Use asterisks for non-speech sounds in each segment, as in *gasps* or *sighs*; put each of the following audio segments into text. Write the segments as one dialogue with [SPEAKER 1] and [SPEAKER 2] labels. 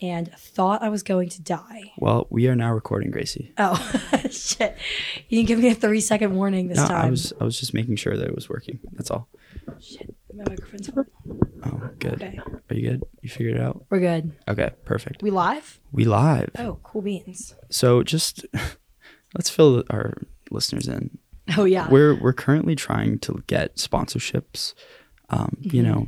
[SPEAKER 1] and thought I was going to die.
[SPEAKER 2] Well, we are now recording, Gracie.
[SPEAKER 1] Oh, *laughs* shit. You didn't give me a 30 second warning this
[SPEAKER 2] no,
[SPEAKER 1] time.
[SPEAKER 2] I was I was just making sure that it was working. That's all.
[SPEAKER 1] Shit, my microphone's on.
[SPEAKER 2] Oh, good.
[SPEAKER 1] Okay.
[SPEAKER 2] Are you good? You figured it out?
[SPEAKER 1] We're good.
[SPEAKER 2] Okay, perfect.
[SPEAKER 1] We live?
[SPEAKER 2] We live.
[SPEAKER 1] Oh, cool beans.
[SPEAKER 2] So just *laughs* let's fill our listeners in.
[SPEAKER 1] Oh, yeah.
[SPEAKER 2] We're we're currently trying to get sponsorships. Um, you
[SPEAKER 1] Mm-hmm.
[SPEAKER 2] know,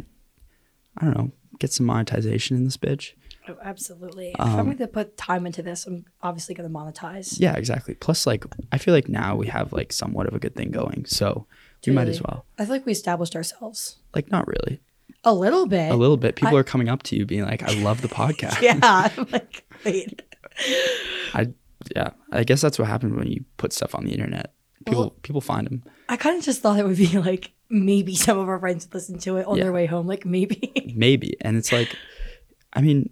[SPEAKER 2] I don't know, get some monetization in this bitch.
[SPEAKER 1] oh, absolutely. if
[SPEAKER 2] Um,
[SPEAKER 1] I'm going to put time into this, I'm obviously going to monetize.
[SPEAKER 2] Yeah, exactly. Plus, like, I feel like now we have like somewhat of a good thing going, so we might as
[SPEAKER 1] Totally.
[SPEAKER 2] well.
[SPEAKER 1] I feel like we established ourselves
[SPEAKER 2] Like, not really.
[SPEAKER 1] a little bit.
[SPEAKER 2] A little bit. People are coming up to you, being like, "I love the podcast."
[SPEAKER 1] *laughs* Yeah. I'm like, wait.
[SPEAKER 2] I yeah. I guess that's what happens when you put stuff on the internet. People
[SPEAKER 1] Well-
[SPEAKER 2] people find them.
[SPEAKER 1] I kind of just thought it would be like maybe some of our friends would listen to it on
[SPEAKER 2] Yeah.
[SPEAKER 1] their way home. Like, maybe. *laughs*
[SPEAKER 2] Maybe, and it's like, *sighs* I mean,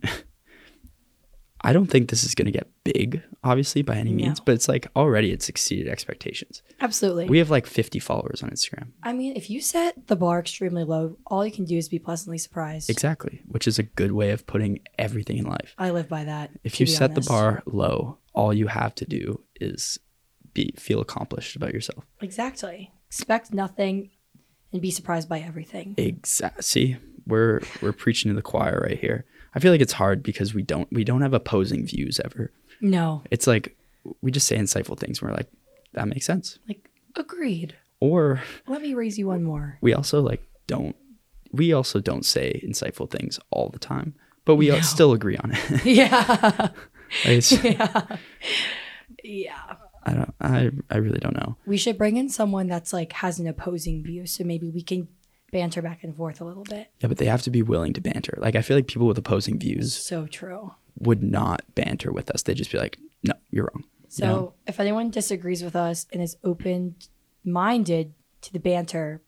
[SPEAKER 2] *sighs* I don't think this is gonna get big, obviously by any means,
[SPEAKER 1] No.
[SPEAKER 2] but it's like already it's exceeded expectations.
[SPEAKER 1] absolutely.
[SPEAKER 2] We have like 50 followers on Instagram.
[SPEAKER 1] I mean, if you set the bar extremely low, all you can do is be pleasantly surprised.
[SPEAKER 2] Exactly, which is a good way of putting everything in life.
[SPEAKER 1] I live by that.
[SPEAKER 2] if
[SPEAKER 1] to
[SPEAKER 2] you
[SPEAKER 1] be
[SPEAKER 2] set
[SPEAKER 1] honest.
[SPEAKER 2] the bar low, all you have to do is be feel accomplished about yourself.
[SPEAKER 1] exactly, expect nothing and be surprised by everything.
[SPEAKER 2] Exactly. See, we're we're preaching to the choir right here. I feel like it's hard because we don't we don't have opposing views ever.
[SPEAKER 1] No,
[SPEAKER 2] It's like we just say insightful things. And we're like, that makes sense.
[SPEAKER 1] like agreed.
[SPEAKER 2] Or
[SPEAKER 1] Let me raise you one more.
[SPEAKER 2] *laughs* we also like don't we also don't say insightful things all the time, but we all *laughs* still agree on it. Like,
[SPEAKER 1] yeah,
[SPEAKER 2] it's-
[SPEAKER 1] yeah.
[SPEAKER 2] I don't. I I really don't know.
[SPEAKER 1] We should bring in someone that's like has an opposing view, so maybe we can banter back and forth a little bit.
[SPEAKER 2] Yeah, but they have to be willing to banter. Like I feel like people with opposing views
[SPEAKER 1] So true.
[SPEAKER 2] would not banter with us. They'd just be like, no, you're wrong.
[SPEAKER 1] So if anyone disagrees with us and is open minded to the banter,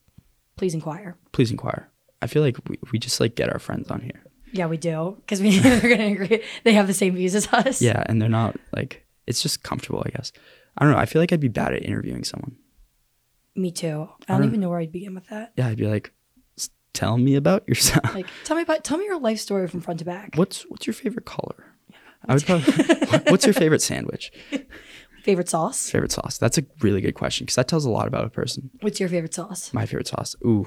[SPEAKER 1] please inquire.
[SPEAKER 2] Please inquire. I feel like we, we just like get our friends on here.
[SPEAKER 1] Yeah, we do because we *laughs* they're gonna agree. They have the same views as us.
[SPEAKER 2] Yeah. And they're not like, it's just comfortable, I guess. I don't know. I feel like I'd be bad at interviewing someone.
[SPEAKER 1] me too. I don't even know where I'd begin with that.
[SPEAKER 2] Yeah. I'd be like, "S- tell me about yourself.
[SPEAKER 1] Like, tell me about tell me your life story from front to back.
[SPEAKER 2] *laughs* what's, what's your favorite color? I would probably, what- *laughs* what's your favorite sandwich?
[SPEAKER 1] Favorite sauce?
[SPEAKER 2] Favorite sauce? That's a really good question because that tells a lot about a person.
[SPEAKER 1] What's your favorite sauce?
[SPEAKER 2] My favorite sauce. Ooh.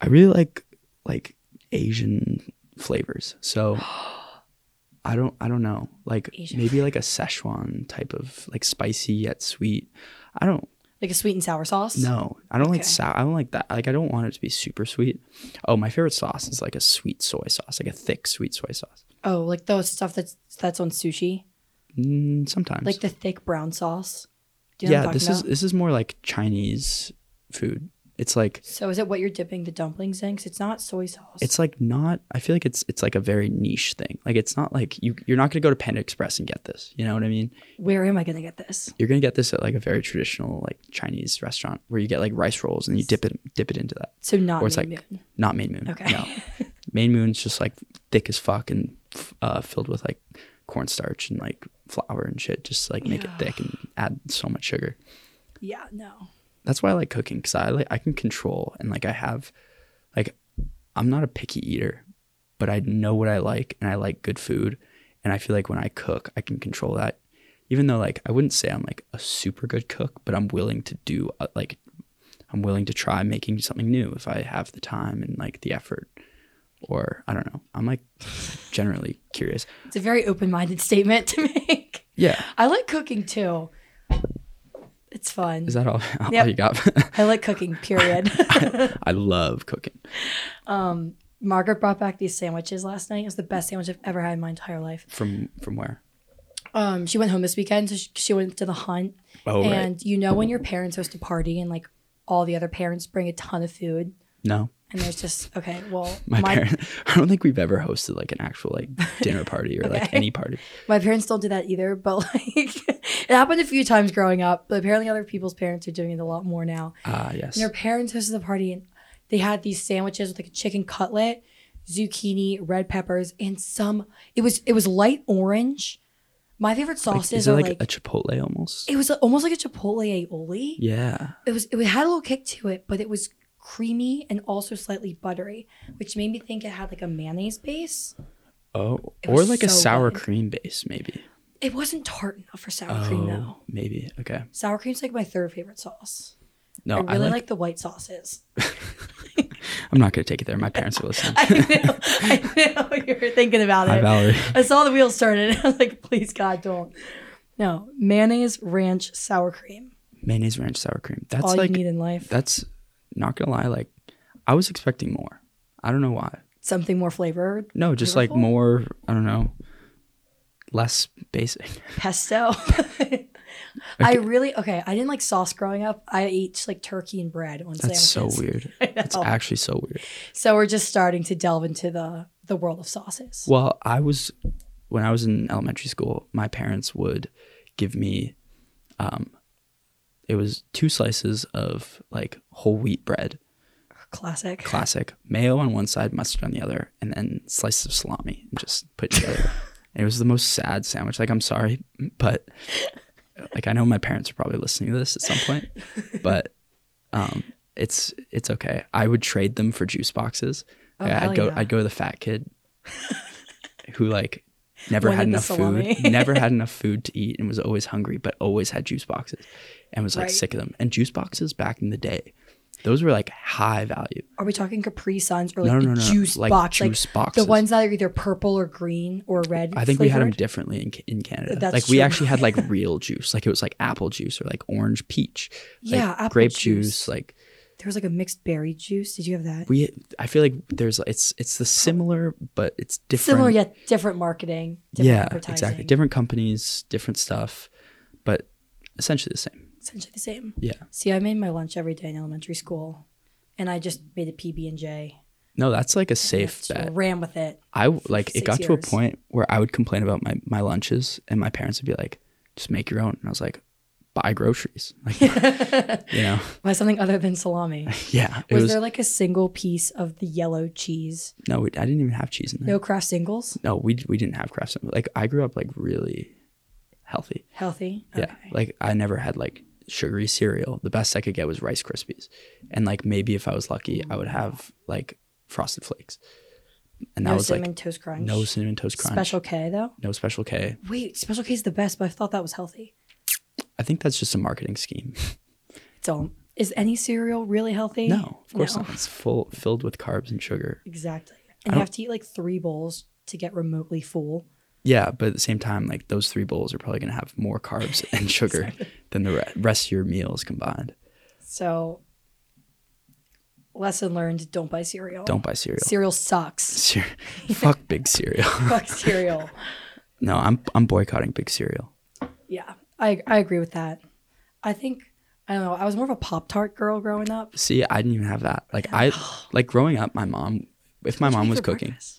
[SPEAKER 2] I really like, like Asian flavors.
[SPEAKER 1] *gasps*
[SPEAKER 2] So I don't I don't know. Like
[SPEAKER 1] Asian
[SPEAKER 2] maybe like a Szechuan type of like spicy yet sweet. I don't
[SPEAKER 1] Like a sweet and sour sauce?
[SPEAKER 2] no. I don't like
[SPEAKER 1] Okay.
[SPEAKER 2] sour. I don't like that. Like I don't want it to be super sweet. Oh, my favorite sauce is like a sweet soy sauce, like a thick sweet soy sauce.
[SPEAKER 1] Oh, like the stuff that's that's on sushi,
[SPEAKER 2] Mm, sometimes.
[SPEAKER 1] like the thick brown sauce. Do
[SPEAKER 2] yeah,
[SPEAKER 1] I'm
[SPEAKER 2] this
[SPEAKER 1] talking
[SPEAKER 2] is this is more like Chinese food. It's like
[SPEAKER 1] So is it what you're dipping the dumplings in? Because it's not soy sauce.
[SPEAKER 2] it's like not I feel like it's it's like a very niche thing. Like it's not like you you're not going to go to Panda Express and get this. You know what I mean?
[SPEAKER 1] Where am I gonna get this?
[SPEAKER 2] you're gonna get this at like a very traditional like Chinese restaurant where you get like rice rolls and you dip it dip it into that.
[SPEAKER 1] So not
[SPEAKER 2] Or it's
[SPEAKER 1] Main
[SPEAKER 2] like-
[SPEAKER 1] Moon.
[SPEAKER 2] Not main moon.
[SPEAKER 1] Okay. *laughs*
[SPEAKER 2] No. main moon's just like thick as fuck and f- uh, filled with like cornstarch and like flour and shit. Just to, like make it thick and add so much sugar.
[SPEAKER 1] Yeah, no.
[SPEAKER 2] That's why I like cooking because I like I can control and like I have like I'm not a picky eater, but I know what I like and I like good food and I feel like when I cook I can control that. Even though like I wouldn't say I'm like a super good cook, but I'm willing to do uh, like I'm willing to try making something new if I have the time and like the effort. Or I don't know. I'm like generally *laughs* curious.
[SPEAKER 1] It's a very open minded *laughs* statement to make.
[SPEAKER 2] Yeah.
[SPEAKER 1] I like cooking too. It's fun.
[SPEAKER 2] Is that all, *laughs* all
[SPEAKER 1] Yep.
[SPEAKER 2] you got?
[SPEAKER 1] I like cooking, period. *laughs*
[SPEAKER 2] I love cooking.
[SPEAKER 1] Margaret brought back these sandwiches last night. It was the best sandwich I've ever had in my entire life.
[SPEAKER 2] From from where?
[SPEAKER 1] Um, she went home this weekend, so she, she went to the hunt.
[SPEAKER 2] Oh, right.
[SPEAKER 1] and you know when your parents host a party and like all the other parents bring a ton of food,
[SPEAKER 2] No.
[SPEAKER 1] and there's just okay, well,
[SPEAKER 2] *laughs* my,
[SPEAKER 1] my my,
[SPEAKER 2] parents i don't think we've ever hosted like an actual like dinner party or
[SPEAKER 1] *laughs*
[SPEAKER 2] like
[SPEAKER 1] Okay.
[SPEAKER 2] any party
[SPEAKER 1] parents don't do that either. But *laughs* like, it happened a few times growing up. But apparently, other people's parents are doing it a lot more now.
[SPEAKER 2] ah yes
[SPEAKER 1] And their parents hosted the party, and they had these sandwiches with like a chicken cutlet, zucchini, red peppers, and some. It was it was light orange. My favorite
[SPEAKER 2] like,
[SPEAKER 1] sauces
[SPEAKER 2] is it
[SPEAKER 1] are
[SPEAKER 2] like,
[SPEAKER 1] like
[SPEAKER 2] a chipotle almost
[SPEAKER 1] it was almost like a chipotle aioli.
[SPEAKER 2] yeah
[SPEAKER 1] It was it had a little kick to it, but it was creamy and also slightly buttery, which made me think it had like a mayonnaise base.
[SPEAKER 2] Oh,
[SPEAKER 1] It
[SPEAKER 2] or
[SPEAKER 1] was
[SPEAKER 2] like a
[SPEAKER 1] so
[SPEAKER 2] sour
[SPEAKER 1] good.
[SPEAKER 2] cream base, maybe. Oh,
[SPEAKER 1] It wasn't tart enough for sour cream though.
[SPEAKER 2] maybe. Okay.
[SPEAKER 1] Sour cream's like my third favorite sauce.
[SPEAKER 2] No,
[SPEAKER 1] I
[SPEAKER 2] I,
[SPEAKER 1] really
[SPEAKER 2] like,
[SPEAKER 1] like, the white sauces. *laughs*
[SPEAKER 2] I'm not gonna take it there. My parents are listening.
[SPEAKER 1] I know, I know you were thinking about
[SPEAKER 2] Hi,
[SPEAKER 1] it.
[SPEAKER 2] Valerie.
[SPEAKER 1] I saw the wheels turning *laughs* and I was like, please God, don't. No, mayonnaise, ranch, sour cream.
[SPEAKER 2] Mayonnaise ranch sour cream. That's
[SPEAKER 1] all
[SPEAKER 2] like
[SPEAKER 1] you need in life.
[SPEAKER 2] that's not gonna lie. Like, I was expecting more. I don't know why.
[SPEAKER 1] Something more flavored.
[SPEAKER 2] No, just like
[SPEAKER 1] Beautiful.
[SPEAKER 2] more. I don't know. Less basic. *laughs*
[SPEAKER 1] Pesto. I really okay. I didn't like sauce growing up. I ate just, like turkey and bread on
[SPEAKER 2] That's so
[SPEAKER 1] sandwiches.
[SPEAKER 2] weird.
[SPEAKER 1] *laughs* I know.
[SPEAKER 2] It's actually so weird.
[SPEAKER 1] so we're just starting to delve into the the world of sauces.
[SPEAKER 2] Well, I was when I was in elementary school, my parents would give me um it was two slices of like whole wheat bread,
[SPEAKER 1] Classic.
[SPEAKER 2] classic, mayo on one side, mustard on the other, and then slices of salami and just put together.
[SPEAKER 1] *laughs*
[SPEAKER 2] And it was the most sad sandwich. Like I'm sorry, but like I know my parents are probably listening to this at some
[SPEAKER 1] *laughs*
[SPEAKER 2] point, but um it's it's okay. I would trade them for juice boxes.
[SPEAKER 1] Oh,
[SPEAKER 2] Like,
[SPEAKER 1] hell
[SPEAKER 2] I'd go
[SPEAKER 1] yeah.
[SPEAKER 2] I'd go to the fat kid who like never had
[SPEAKER 1] Wanted the
[SPEAKER 2] enough food,
[SPEAKER 1] salami.
[SPEAKER 2] *laughs* never had enough food to eat and was always hungry, but always had juice boxes and was like
[SPEAKER 1] Right.
[SPEAKER 2] sick of them. And juice boxes back in the day, those were like high value.
[SPEAKER 1] Are we talking Capri Suns or like
[SPEAKER 2] No,
[SPEAKER 1] the
[SPEAKER 2] no, no, no,
[SPEAKER 1] juice
[SPEAKER 2] like
[SPEAKER 1] box?
[SPEAKER 2] juice
[SPEAKER 1] like
[SPEAKER 2] boxes.
[SPEAKER 1] the ones that are either purple or green or red.
[SPEAKER 2] I think we had them
[SPEAKER 1] flavored?
[SPEAKER 2] differently in, Ca- in Canada.
[SPEAKER 1] That's
[SPEAKER 2] like we
[SPEAKER 1] true.
[SPEAKER 2] actually
[SPEAKER 1] *laughs*
[SPEAKER 2] had like real juice, like it was like apple juice or like orange peach, like
[SPEAKER 1] Yeah, apple
[SPEAKER 2] grape
[SPEAKER 1] juice.
[SPEAKER 2] juice. Like
[SPEAKER 1] There was like a mixed berry juice. Did you have that?
[SPEAKER 2] we, I feel like there's it's it's the similar but it's different.
[SPEAKER 1] Similar yet different marketing. Different
[SPEAKER 2] yeah,
[SPEAKER 1] advertising,
[SPEAKER 2] exactly. Different companies, different stuff, but essentially the same.
[SPEAKER 1] Essentially the same.
[SPEAKER 2] Yeah.
[SPEAKER 1] See, I made my lunch every day in elementary school, and I just made a PB and J.
[SPEAKER 2] No, that's like a safe bet.
[SPEAKER 1] Ran with it.
[SPEAKER 2] I w- like it
[SPEAKER 1] six
[SPEAKER 2] got to a
[SPEAKER 1] years.
[SPEAKER 2] point where I would complain about my my lunches, and my parents would be like, "Just make your own." And I was like, "Buy groceries."
[SPEAKER 1] *laughs*
[SPEAKER 2] Like, you know,
[SPEAKER 1] Why something other than salami?
[SPEAKER 2] yeah. *laughs* It
[SPEAKER 1] Was,
[SPEAKER 2] was,
[SPEAKER 1] there like a single piece of the yellow cheese?
[SPEAKER 2] no, we, I didn't even have cheese in there.
[SPEAKER 1] No craft singles.
[SPEAKER 2] No, we we didn't have craft sandwich. Like I grew up like really healthy.
[SPEAKER 1] Healthy.
[SPEAKER 2] Yeah,
[SPEAKER 1] Okay.
[SPEAKER 2] like I never had like sugary cereal. The best I could get was Rice Krispies, and like maybe if I was lucky, I would have like Frosted Flakes, and that
[SPEAKER 1] no
[SPEAKER 2] was
[SPEAKER 1] cinnamon
[SPEAKER 2] like
[SPEAKER 1] toast crunch.
[SPEAKER 2] no cinnamon toast crunch,
[SPEAKER 1] Special K though.
[SPEAKER 2] no special K.
[SPEAKER 1] Wait, Special K is the best, but I thought that was healthy.
[SPEAKER 2] I think that's just a
[SPEAKER 1] *laughs*
[SPEAKER 2] marketing scheme.
[SPEAKER 1] So, is any cereal really healthy?
[SPEAKER 2] No, of course
[SPEAKER 1] No.
[SPEAKER 2] not. It's full filled with carbs and sugar.
[SPEAKER 1] Exactly.
[SPEAKER 2] I
[SPEAKER 1] And
[SPEAKER 2] don't-
[SPEAKER 1] you have to eat like three bowls to get remotely full.
[SPEAKER 2] Yeah, but at the same time, like those three bowls are probably gonna have more
[SPEAKER 1] *laughs*
[SPEAKER 2] carbs and sugar than the re- rest of your meals combined.
[SPEAKER 1] So, lesson learned: don't buy cereal.
[SPEAKER 2] Don't buy cereal.
[SPEAKER 1] Cereal
[SPEAKER 2] *laughs*
[SPEAKER 1] sucks.
[SPEAKER 2] Cere-
[SPEAKER 1] *laughs*
[SPEAKER 2] fuck big cereal.
[SPEAKER 1] Fuck cereal.
[SPEAKER 2] No, I'm I'm boycotting big cereal.
[SPEAKER 1] Yeah, I I agree with that. I think I don't know. I was more of a Pop Tart girl growing up.
[SPEAKER 2] See, I didn't even have that. Like I
[SPEAKER 1] *gasps*
[SPEAKER 2] like growing up, my mom if my
[SPEAKER 1] What'd you
[SPEAKER 2] mom
[SPEAKER 1] eat
[SPEAKER 2] was
[SPEAKER 1] for
[SPEAKER 2] cooking,
[SPEAKER 1] breakfast? Mm.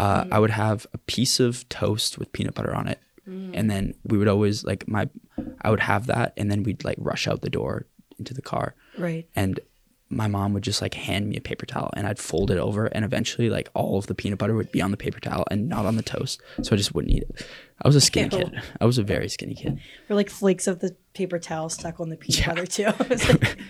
[SPEAKER 2] uh, I would have a piece of toast with peanut butter on it.
[SPEAKER 1] Mm.
[SPEAKER 2] And then we would always like my I would have that and then we'd like rush out the door into the car.
[SPEAKER 1] Right.
[SPEAKER 2] and my mom would just like hand me a paper towel and I'd fold it over and eventually like all of the peanut butter would be on the paper towel and not on the toast. So I just wouldn't eat it. I was a skinny
[SPEAKER 1] Ew.
[SPEAKER 2] kid. I was a very skinny kid.
[SPEAKER 1] Or like flakes of the paper towel stuck on the peanut
[SPEAKER 2] Yeah.
[SPEAKER 1] butter too.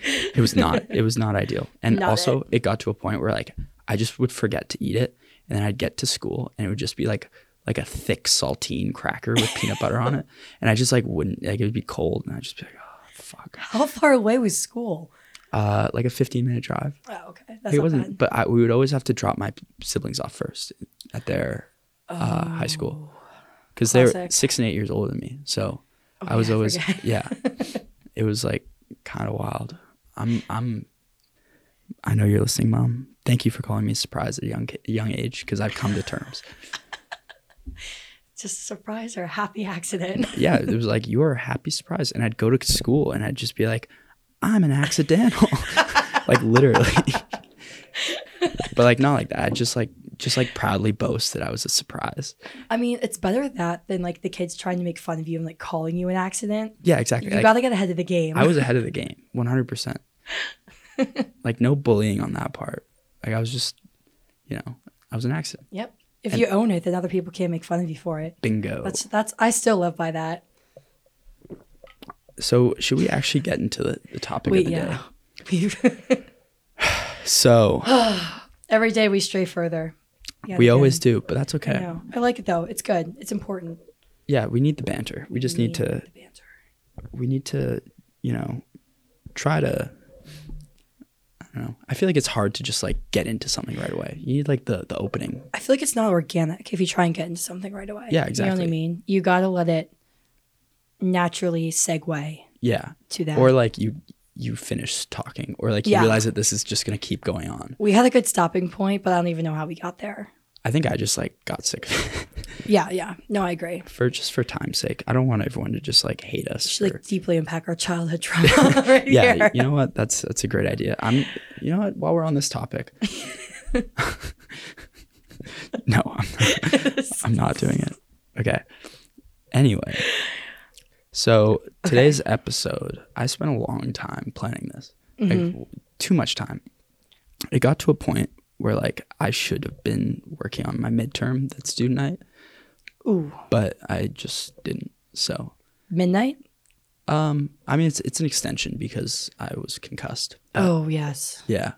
[SPEAKER 1] *laughs* It was like-
[SPEAKER 2] It was not it was not ideal. And
[SPEAKER 1] Not
[SPEAKER 2] also it. got to a point where like I just would forget to eat it and then I'd get to school and it would just be like like a thick saltine cracker with peanut butter on it. And I just like wouldn't like it would be cold and I'd just be like, oh fuck.
[SPEAKER 1] how far away was school?
[SPEAKER 2] Uh like a fifteen minute drive.
[SPEAKER 1] Oh, okay.
[SPEAKER 2] Like,
[SPEAKER 1] That's
[SPEAKER 2] it
[SPEAKER 1] not
[SPEAKER 2] wasn't,
[SPEAKER 1] bad.
[SPEAKER 2] but I, we would always have to drop my siblings off first at their uh, high school because they're
[SPEAKER 1] Oh, Classic. Oh,
[SPEAKER 2] six and eight years older than me. So I was
[SPEAKER 1] yeah, I
[SPEAKER 2] always,
[SPEAKER 1] forget. *laughs*
[SPEAKER 2] yeah, it was like kind of wild. I'm, I'm, I know you're listening, mom. Thank you for calling me surprised at a young, ki- young age because I've come to terms.
[SPEAKER 1] Just a surprise or a happy *laughs* accident.
[SPEAKER 2] yeah, it was like you are a happy surprise, and I'd go to school and I'd just be like, I'm an accidental, *laughs* like literally. *laughs* but like not like that. I'd just like just like proudly boast that I was a surprise.
[SPEAKER 1] I mean, it's better that than like the kids trying to make fun of you and like calling you an accident.
[SPEAKER 2] Yeah, exactly.
[SPEAKER 1] You
[SPEAKER 2] Like,
[SPEAKER 1] gotta get ahead of the game.
[SPEAKER 2] I was ahead of the game,
[SPEAKER 1] *laughs*
[SPEAKER 2] 100. percent Like no bullying on that part. Like I was just, you know, I was an accident.
[SPEAKER 1] yep. If you own it, then other people can't make fun of you for it.
[SPEAKER 2] Bingo.
[SPEAKER 1] That's that's I still live by that.
[SPEAKER 2] so should we actually get into the, the topic of
[SPEAKER 1] Wait,
[SPEAKER 2] the
[SPEAKER 1] yeah. *laughs*
[SPEAKER 2] day? So
[SPEAKER 1] *gasps* Every day we stray further. Yeah,
[SPEAKER 2] we
[SPEAKER 1] they
[SPEAKER 2] always
[SPEAKER 1] did.
[SPEAKER 2] do, but that's
[SPEAKER 1] I
[SPEAKER 2] okay.
[SPEAKER 1] know. I like it though. It's good. It's important.
[SPEAKER 2] Yeah, we need the banter. We just need to
[SPEAKER 1] the banter.
[SPEAKER 2] we need to, you know, try to I don't know. I feel like it's hard to just like get into something right away. You need like the the opening.
[SPEAKER 1] I feel like it's not organic if you try and get into something right away.
[SPEAKER 2] Yeah,
[SPEAKER 1] You know what I
[SPEAKER 2] exactly.
[SPEAKER 1] mean? You gotta let it naturally segue
[SPEAKER 2] Yeah.
[SPEAKER 1] to that.
[SPEAKER 2] Or like you you finish talking or like you
[SPEAKER 1] Yeah.
[SPEAKER 2] realize that this is just going to keep going on.
[SPEAKER 1] we had a good stopping point, but I don't even know how we got there.
[SPEAKER 2] I think I just like got sick *laughs* of it.
[SPEAKER 1] Yeah, yeah. No, I agree.
[SPEAKER 2] for just for time's sake. I don't want everyone to just like hate us.
[SPEAKER 1] Should
[SPEAKER 2] for-
[SPEAKER 1] like deeply unpack our childhood trauma right
[SPEAKER 2] *laughs* yeah,
[SPEAKER 1] here.
[SPEAKER 2] you know what? That's that's a great idea. I'm you know what, while we're on this topic. *laughs* no, I'm
[SPEAKER 1] *laughs*
[SPEAKER 2] not, I'm not doing it. Okay. Anyway. So today's episode, I spent a long time planning this. Like,
[SPEAKER 1] Mm-hmm.
[SPEAKER 2] w- too much time. It got to a point where like I should have been working on my midterm that's due tonight,
[SPEAKER 1] Ooh,
[SPEAKER 2] but I just didn't. So
[SPEAKER 1] midnight?
[SPEAKER 2] um, I mean, it's it's an extension because I was concussed.
[SPEAKER 1] Oh yes.
[SPEAKER 2] Yeah,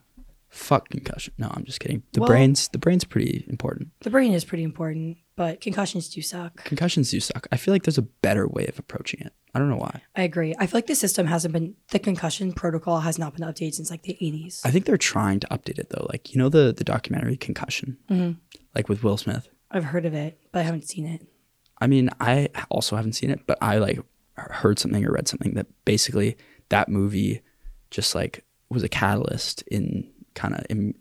[SPEAKER 2] fuck concussion. No, I'm just kidding. The
[SPEAKER 1] Well-
[SPEAKER 2] brain's the brain's pretty important.
[SPEAKER 1] The brain is pretty important, but concussions do suck.
[SPEAKER 2] Concussions do suck. I feel like there's a better way of approaching it. I don't know why.
[SPEAKER 1] I agree. I feel like the system hasn't been the concussion protocol has not been updated since like the eighties.
[SPEAKER 2] I think they're trying to update it though. Like you know the the documentary Concussion, like with Will Smith.
[SPEAKER 1] I've heard of it, but I haven't seen it.
[SPEAKER 2] I mean, I also haven't seen it, but I like heard something or read something that basically that movie just like was a catalyst in kind of in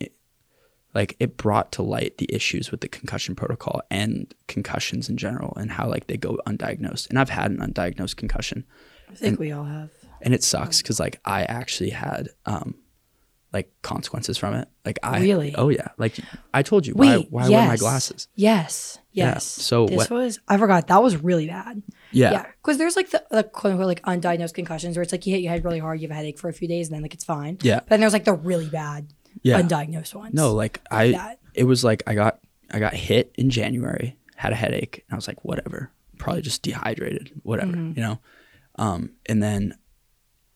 [SPEAKER 2] like it brought to light the issues with the concussion protocol and concussions in general and how like they go undiagnosed. And I've had an undiagnosed concussion
[SPEAKER 1] I think we all have.
[SPEAKER 2] and it
[SPEAKER 1] Mm.
[SPEAKER 2] sucks because like I actually had um like consequences from it. Like I
[SPEAKER 1] Really?
[SPEAKER 2] oh yeah, like I told you why
[SPEAKER 1] Wait,
[SPEAKER 2] why
[SPEAKER 1] yes.
[SPEAKER 2] wear my glasses?
[SPEAKER 1] Yes,
[SPEAKER 2] Yeah,
[SPEAKER 1] yes.
[SPEAKER 2] so
[SPEAKER 1] this
[SPEAKER 2] what-
[SPEAKER 1] was I forgot that was really bad.
[SPEAKER 2] Yeah.
[SPEAKER 1] Yeah, because there's like the like, quote unquote like undiagnosed concussions where it's like you hit your head really hard, you have a headache for a few days, and then like it's fine.
[SPEAKER 2] Yeah.
[SPEAKER 1] But then there's like the really bad
[SPEAKER 2] Yeah.
[SPEAKER 1] undiagnosed ones.
[SPEAKER 2] No, like I
[SPEAKER 1] that.
[SPEAKER 2] it was like I got I got hit in January, had a headache, and I was like, whatever. Probably just dehydrated, whatever, you know? Um, and then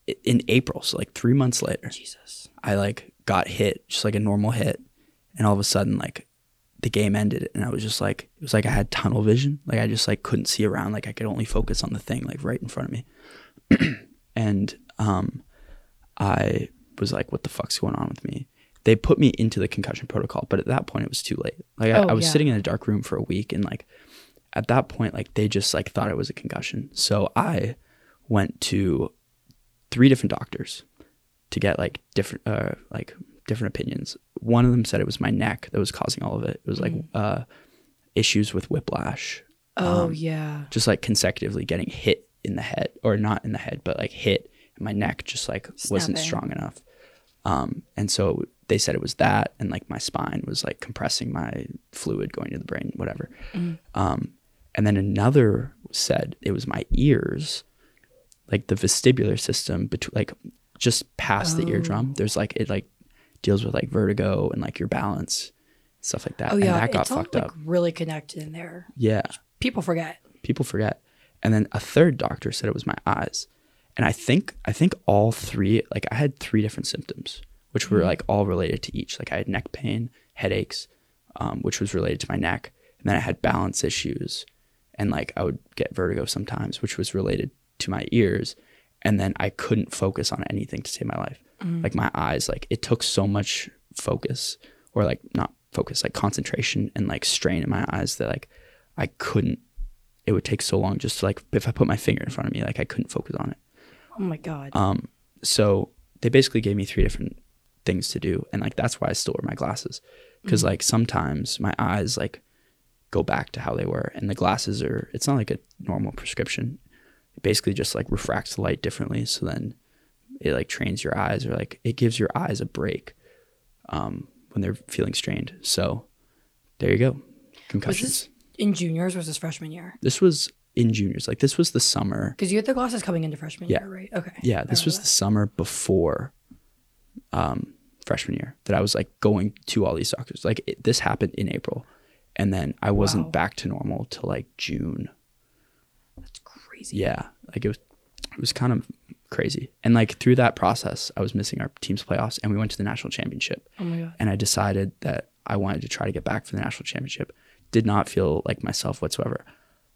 [SPEAKER 2] i- in April, so like three months later,
[SPEAKER 1] Jesus.
[SPEAKER 2] I like got hit, just like a normal hit, and all of a sudden like the game ended and I was just like it was like I had tunnel vision. Like I just like couldn't see around, like I could only focus on the thing like right in front of me. *clears throat* and um I was like, what the fuck's going on with me? They put me into the concussion protocol, but at that point it was too late. Like I,
[SPEAKER 1] Oh,
[SPEAKER 2] I was
[SPEAKER 1] yeah.
[SPEAKER 2] sitting in a dark room for a week and like at that point, like they just like thought it was a concussion. So I went to three different doctors to get like different uh like different opinions. One of them said it was my neck that was causing all of it. It was like uh issues with whiplash,
[SPEAKER 1] Oh yeah.
[SPEAKER 2] just like consecutively getting hit in the head or not in the head, but like hit and my neck just like wasn't
[SPEAKER 1] Snapping.
[SPEAKER 2] strong enough. Um and so they said it was that and like my spine was like compressing my fluid going to the brain, whatever.
[SPEAKER 1] Mm.
[SPEAKER 2] Um and then another said it was my ears like the vestibular system between like just past the
[SPEAKER 1] Oh.
[SPEAKER 2] eardrum there's like it like deals with like vertigo and like your balance stuff like that
[SPEAKER 1] Oh
[SPEAKER 2] and
[SPEAKER 1] yeah.
[SPEAKER 2] that got
[SPEAKER 1] it's all
[SPEAKER 2] fucked
[SPEAKER 1] like
[SPEAKER 2] up
[SPEAKER 1] really connected in there.
[SPEAKER 2] yeah
[SPEAKER 1] People forget.
[SPEAKER 2] people forget and then a third doctor said it was my eyes and i think i think all three like i had three different symptoms which were like all related to each like i had neck pain headaches um, which was related to my neck and then i had balance issues and like i would get vertigo sometimes which was related to my ears and then i couldn't focus on anything to save my life like my eyes like it took so much focus or like not focus like concentration and like strain in my eyes that like i couldn't it would take so long just to like if I put my finger in front of me, like I couldn't focus on it.
[SPEAKER 1] Oh my god.
[SPEAKER 2] Um, so they basically gave me three different things to do, and like that's why I still wear my glasses because
[SPEAKER 1] Mm-hmm.
[SPEAKER 2] like sometimes my eyes like go back to how they were, and the glasses are it's not like a normal prescription. It basically just like refracts the light differently, so then it like trains your eyes or like it gives your eyes a break um, when they're feeling strained. So there you go,
[SPEAKER 1] was
[SPEAKER 2] concussions.
[SPEAKER 1] this in juniors or was this freshman year?
[SPEAKER 2] this was in juniors, like this was the summer
[SPEAKER 1] Because you had the glasses coming into freshman
[SPEAKER 2] Yeah.
[SPEAKER 1] year, right? Okay.
[SPEAKER 2] Yeah, this
[SPEAKER 1] I
[SPEAKER 2] was the summer before um, freshman year that I was like going to all these doctors. Like it, this happened in April, and then I wasn't
[SPEAKER 1] Wow.
[SPEAKER 2] back to normal till like June.
[SPEAKER 1] That's crazy.
[SPEAKER 2] Yeah, like it was it was kind of crazy. And like through that process, I was missing our team's playoffs, and we went to the national championship.
[SPEAKER 1] Oh my god.
[SPEAKER 2] And I decided that I wanted to try to get back for the national championship. Did not feel like myself whatsoever,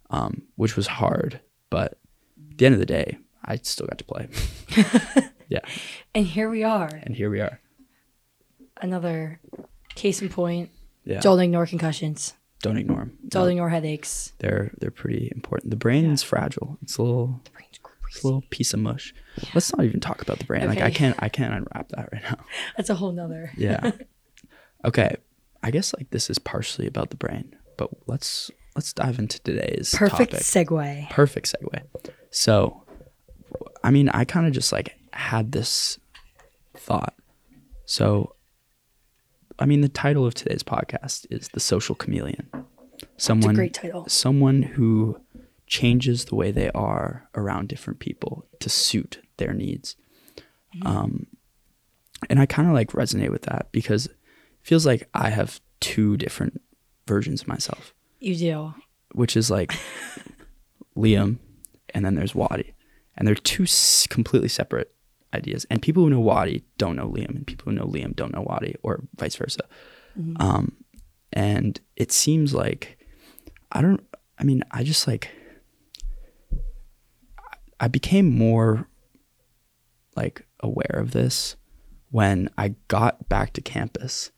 [SPEAKER 2] um, which was hard. But at the end of the day, I still got to play. yeah,
[SPEAKER 1] And here we are.
[SPEAKER 2] and here we are.
[SPEAKER 1] Another case in point.
[SPEAKER 2] Yeah,
[SPEAKER 1] Don't ignore concussions.
[SPEAKER 2] don't ignore them.
[SPEAKER 1] Don't ignore headaches.
[SPEAKER 2] they're they're pretty important. The brain is fragile. It's a little
[SPEAKER 1] The brain's
[SPEAKER 2] it's
[SPEAKER 1] crazy.
[SPEAKER 2] a little piece of mush. Let's not even talk about the brain. Like I
[SPEAKER 1] Okay.
[SPEAKER 2] can't I can't unwrap that
[SPEAKER 1] *laughs*
[SPEAKER 2] right now.
[SPEAKER 1] That's a whole nother.
[SPEAKER 2] Yeah. okay. I guess like this is partially about the brain, but let's let's dive into today's
[SPEAKER 1] Perfect
[SPEAKER 2] topic.
[SPEAKER 1] segue.
[SPEAKER 2] Perfect segue. So, I mean, I kind of just like had this thought. So, I mean, the title of today's podcast is "The Social Chameleon." Someone,
[SPEAKER 1] great title.
[SPEAKER 2] Someone who changes the way they are around different people to suit their needs.
[SPEAKER 1] Mm-hmm.
[SPEAKER 2] Um, and I kind of like resonate with that because it feels like I have two different versions of myself
[SPEAKER 1] You do.
[SPEAKER 2] which is like Liam, and then there's Wadi, and they're two s- completely separate ideas. And people who know Wadi don't know Liam, and people who know Liam don't know Wadi, or vice versa. Um, and it seems like I don't. I mean, I just like I- I became more like aware of this when I got back to campus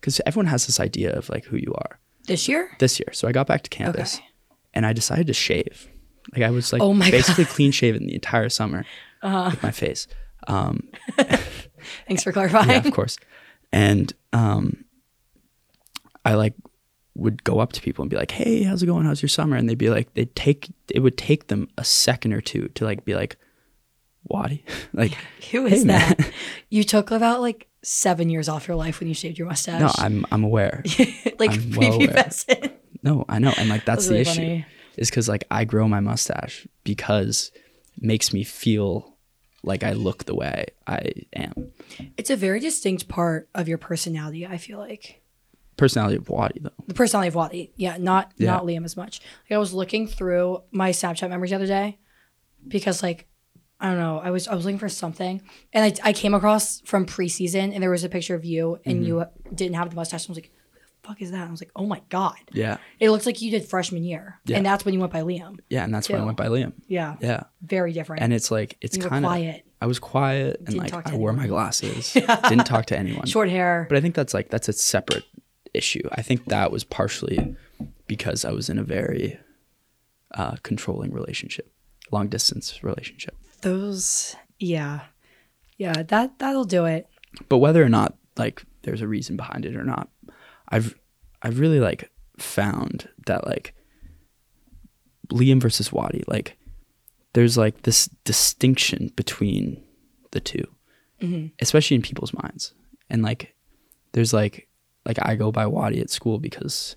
[SPEAKER 2] because everyone has this idea of like who you are
[SPEAKER 1] This year?
[SPEAKER 2] this year. So I got back to campus
[SPEAKER 1] Okay.
[SPEAKER 2] and I decided to shave. Like I was like
[SPEAKER 1] Oh my Uh-huh.
[SPEAKER 2] basically clean shaven the entire summer with my face. Um,
[SPEAKER 1] Thanks for clarifying.
[SPEAKER 2] yeah,
[SPEAKER 1] *laughs*
[SPEAKER 2] of course. And um, I like would go up to people and be like, "Hey, how's it going? How's your summer?" And they'd be like, they'd take it would take them a second or two to like be like, "Wadi," *laughs* like
[SPEAKER 1] *laughs* Who is
[SPEAKER 2] Hey, man.
[SPEAKER 1] that? You took about like seven years off your life when you shaved your mustache.
[SPEAKER 2] no, I'm I'm aware.
[SPEAKER 1] *laughs* like
[SPEAKER 2] I'm well aware.
[SPEAKER 1] prepubescent.
[SPEAKER 2] No, I know, and like that's
[SPEAKER 1] was
[SPEAKER 2] the
[SPEAKER 1] really
[SPEAKER 2] issue,
[SPEAKER 1] funny.
[SPEAKER 2] is because like I grow my mustache because it makes me feel like I look the way I am.
[SPEAKER 1] It's a very distinct part of your personality, I feel like.
[SPEAKER 2] Personality of Wadi though.
[SPEAKER 1] The personality of Wadi. Yeah, not
[SPEAKER 2] Yeah.
[SPEAKER 1] not Liam as much. Like I was looking through my Snapchat memories the other day because like I don't know, I was I was looking for something and I, I came across from preseason and there was a picture of you and
[SPEAKER 2] Mm-hmm.
[SPEAKER 1] you didn't have the mustache. I was like, who the fuck is that? And I was like, oh my God.
[SPEAKER 2] Yeah,
[SPEAKER 1] It looks like you did freshman year.
[SPEAKER 2] Yeah.
[SPEAKER 1] And that's when you went by Liam.
[SPEAKER 2] yeah, and that's when I
[SPEAKER 1] Chill.
[SPEAKER 2] went by Liam.
[SPEAKER 1] Yeah.
[SPEAKER 2] Yeah,
[SPEAKER 1] Very different.
[SPEAKER 2] and it's like it's
[SPEAKER 1] You were
[SPEAKER 2] kind of
[SPEAKER 1] quiet.
[SPEAKER 2] I was quiet and
[SPEAKER 1] Didn't
[SPEAKER 2] like
[SPEAKER 1] talk
[SPEAKER 2] I
[SPEAKER 1] to
[SPEAKER 2] wore my
[SPEAKER 1] *laughs*
[SPEAKER 2] glasses, didn't talk to anyone.
[SPEAKER 1] Short hair.
[SPEAKER 2] But I think that's like that's a separate issue. I think that was partially because I was in a very uh, controlling relationship, long distance relationship.
[SPEAKER 1] Those yeah. Yeah, that that'll do it.
[SPEAKER 2] but whether or not like there's a reason behind it or not i've i've really like found that like liam versus wadi like there's like this distinction between the 2 Mm-hmm. especially in people's minds and like there's like like i go by wadi at school because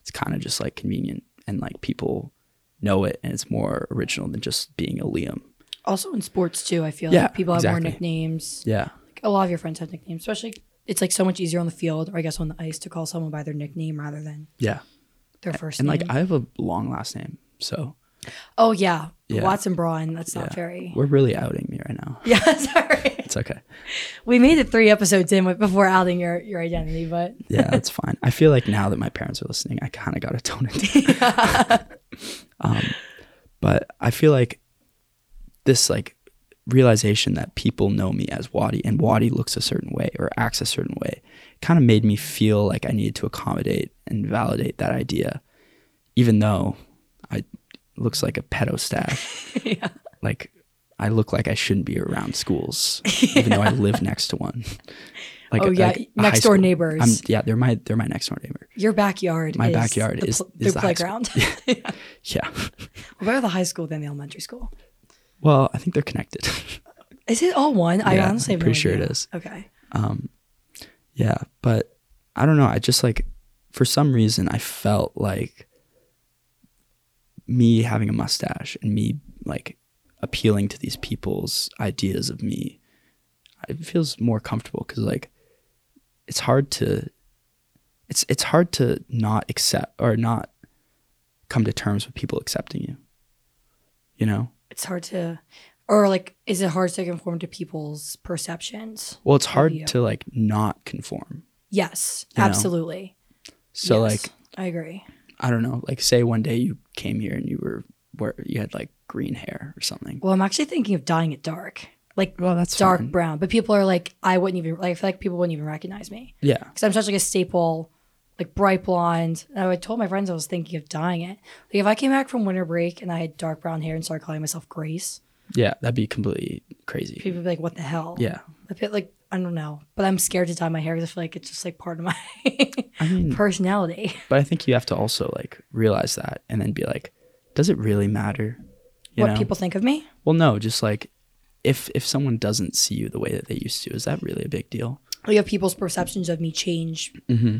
[SPEAKER 2] it's kind of just like convenient and like people know it and it's more original than just being a liam
[SPEAKER 1] Also in sports too, I feel
[SPEAKER 2] Yeah,
[SPEAKER 1] like people have
[SPEAKER 2] exactly.
[SPEAKER 1] more nicknames.
[SPEAKER 2] yeah
[SPEAKER 1] Like, a lot of your friends have nicknames, especially it's like so much easier on the field or I guess on the ice to call someone by their nickname rather than
[SPEAKER 2] yeah Mm-hmm.
[SPEAKER 1] their first
[SPEAKER 2] and
[SPEAKER 1] name.
[SPEAKER 2] like i have a long last name so
[SPEAKER 1] oh yeah.
[SPEAKER 2] Yeah.
[SPEAKER 1] Watson Braun, that's not
[SPEAKER 2] Yeah.
[SPEAKER 1] very
[SPEAKER 2] We're really outing me right now.
[SPEAKER 1] *laughs* Yeah, sorry.
[SPEAKER 2] It's okay.
[SPEAKER 1] We made it three episodes in with- before outing your, your identity, but *laughs*
[SPEAKER 2] Yeah, that's fine. I feel like now that my parents are listening, I kind of *laughs* got to tone it down. um, but I feel like this like realization that people know me as Wadi and Wadi looks a certain way or acts a certain way kind of made me feel like I needed to accommodate and validate that idea, even though I looks like a pedo
[SPEAKER 1] *laughs*
[SPEAKER 2] staff. Like I look like I shouldn't be around
[SPEAKER 1] *laughs*
[SPEAKER 2] schools, even though I live next to one. Like,
[SPEAKER 1] Oh, yeah,
[SPEAKER 2] a high
[SPEAKER 1] next door
[SPEAKER 2] school.
[SPEAKER 1] neighbors.
[SPEAKER 2] I'm, yeah, they're my they're my next door neighbor.
[SPEAKER 1] your backyard
[SPEAKER 2] My
[SPEAKER 1] is
[SPEAKER 2] backyard
[SPEAKER 1] the
[SPEAKER 2] is-
[SPEAKER 1] pl-
[SPEAKER 2] is
[SPEAKER 1] the
[SPEAKER 2] the high school.
[SPEAKER 1] playground. *laughs*
[SPEAKER 2] Yeah. *laughs*
[SPEAKER 1] Well, better the high school than the elementary school.
[SPEAKER 2] Well, I think they're connected. *laughs*
[SPEAKER 1] Is it all one? I
[SPEAKER 2] Yeah,
[SPEAKER 1] honestly have
[SPEAKER 2] I'm
[SPEAKER 1] no
[SPEAKER 2] pretty sure it
[SPEAKER 1] idea.
[SPEAKER 2] is.
[SPEAKER 1] Okay.
[SPEAKER 2] yeah, but I don't know. I just like for some reason I felt like me having a mustache and me like appealing to these people's ideas of me. It feels more comfortable because like it's hard to it's it's hard to not accept or not come to terms with people accepting you. You know.
[SPEAKER 1] It's hard to, or like, is it hard to conform to people's perceptions?
[SPEAKER 2] Well, it's hard
[SPEAKER 1] you.
[SPEAKER 2] to like not conform
[SPEAKER 1] Yes,
[SPEAKER 2] You know?
[SPEAKER 1] absolutely.
[SPEAKER 2] So
[SPEAKER 1] Yes,
[SPEAKER 2] like
[SPEAKER 1] I agree.
[SPEAKER 2] I don't know, like say one day you came here and you were where you had like green hair or something.
[SPEAKER 1] Well, I'm actually thinking of dyeing it dark, like
[SPEAKER 2] Well, that's
[SPEAKER 1] dark
[SPEAKER 2] fine.
[SPEAKER 1] brown. But people are like, I wouldn't even like. I feel like people wouldn't even recognize me
[SPEAKER 2] Yeah,
[SPEAKER 1] because I'm such like a staple, like bright blonde. And I told my friends I was thinking of dyeing it. Like if I came back from winter break and I had dark brown hair and started calling myself Grace,
[SPEAKER 2] yeah, that'd be completely crazy.
[SPEAKER 1] people would be like, "What the hell?"
[SPEAKER 2] yeah,
[SPEAKER 1] I feel like I don't know, but I'm scared to dye my hair because I feel like it's just like part of my
[SPEAKER 2] I
[SPEAKER 1] *laughs*
[SPEAKER 2] mean,
[SPEAKER 1] personality.
[SPEAKER 2] But I think you have to also like realize that and then be like, does it really matter? You
[SPEAKER 1] what
[SPEAKER 2] know?
[SPEAKER 1] people think of me?
[SPEAKER 2] well, no, just like if if someone doesn't see you the way that they used to, is that really a big deal?
[SPEAKER 1] Like if people's perceptions of me change.
[SPEAKER 2] Mm-hmm.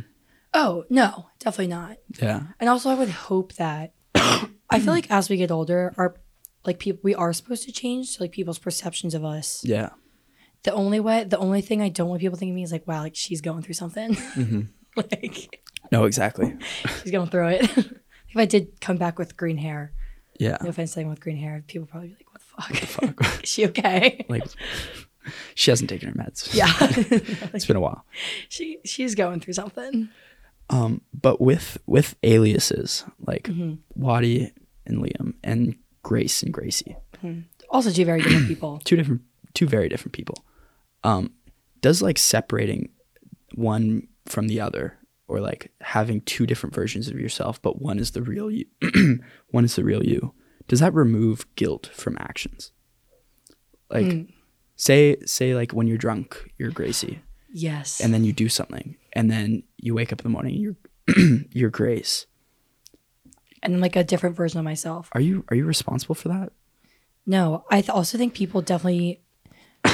[SPEAKER 1] Oh no, definitely not.
[SPEAKER 2] Yeah.
[SPEAKER 1] And also, I would hope that *coughs* I feel like as we get older, our like people we are supposed to change so like people's perceptions of us.
[SPEAKER 2] Yeah.
[SPEAKER 1] The only way, the only thing I don't want people thinking of me is like, wow, like she's going through something, *laughs* like
[SPEAKER 2] No, exactly.
[SPEAKER 1] she's going through it. *laughs* if I did come back with green hair,
[SPEAKER 2] Yeah.
[SPEAKER 1] no offense to anyone with green hair, people would probably be like, what the fuck? *laughs* is she okay?
[SPEAKER 2] Like *laughs* she hasn't taken her meds.
[SPEAKER 1] yeah,
[SPEAKER 2] *laughs* It's been a while.
[SPEAKER 1] she she's going through something.
[SPEAKER 2] Um, but with with aliases like Wadi and Liam and Grace and Gracie,
[SPEAKER 1] Also, two very different
[SPEAKER 2] *coughs*
[SPEAKER 1] people.
[SPEAKER 2] two different two very different people um does like separating one from the other or like having two different versions of yourself but one is the real you *clears throat* one is the real you does that remove guilt from actions like say say like when you're drunk you're gracie
[SPEAKER 1] Yes,
[SPEAKER 2] and then you do something and then you wake up in the morning and you're *clears throat* you're grace
[SPEAKER 1] and then like a different version of myself.
[SPEAKER 2] are you are you responsible for that
[SPEAKER 1] No, I th- also think people definitely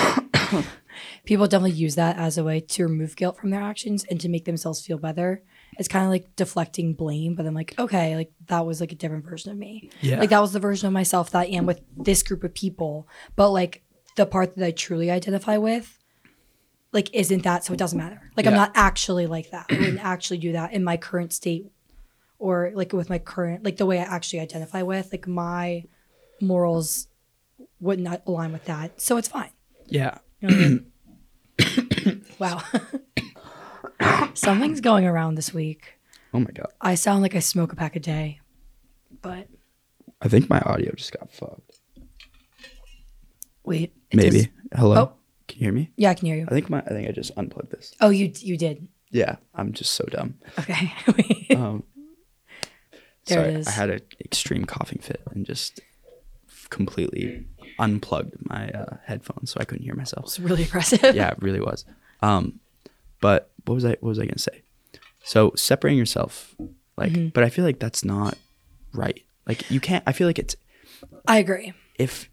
[SPEAKER 1] *coughs* people definitely use that as a way to remove guilt from their actions and to make themselves feel better. It's kind of like deflecting blame, but I'm like, okay, like that was like a different version of me.
[SPEAKER 2] Yeah.
[SPEAKER 1] Like that was the version of myself that I am with this group of people, but like the part that I truly identify with like isn't that so it doesn't matter. Like I'm
[SPEAKER 2] Yeah.
[SPEAKER 1] not actually like that. I wouldn't actually do that in my current state or like with my current like the way I actually identify with like my morals would not align with that. So it's fine.
[SPEAKER 2] yeah
[SPEAKER 1] You know what I mean? *coughs* wow. *coughs* Something's going around this week.
[SPEAKER 2] oh my god
[SPEAKER 1] I sound like I smoke a pack a day, but
[SPEAKER 2] i think my audio just got fucked
[SPEAKER 1] wait. it
[SPEAKER 2] maybe
[SPEAKER 1] just-
[SPEAKER 2] hello
[SPEAKER 1] Oh.
[SPEAKER 2] can you hear me
[SPEAKER 1] yeah, I can hear you.
[SPEAKER 2] I think my I think I just unplugged this.
[SPEAKER 1] Oh, you you did.
[SPEAKER 2] Yeah, I'm just so
[SPEAKER 1] *laughs*
[SPEAKER 2] dumb.
[SPEAKER 1] Okay.
[SPEAKER 2] Um,
[SPEAKER 1] There it
[SPEAKER 2] sorry,
[SPEAKER 1] is.
[SPEAKER 2] I had an extreme coughing fit and just completely unplugged my uh, headphones, so I couldn't hear
[SPEAKER 1] *laughs*
[SPEAKER 2] myself.
[SPEAKER 1] it's really aggressive.
[SPEAKER 2] Yeah, it really was. Um, but what was I what was I gonna say? So separating yourself, like,
[SPEAKER 1] Mm-hmm.
[SPEAKER 2] but I feel like that's not right. Like you can't. I feel like it's
[SPEAKER 1] I agree.
[SPEAKER 2] if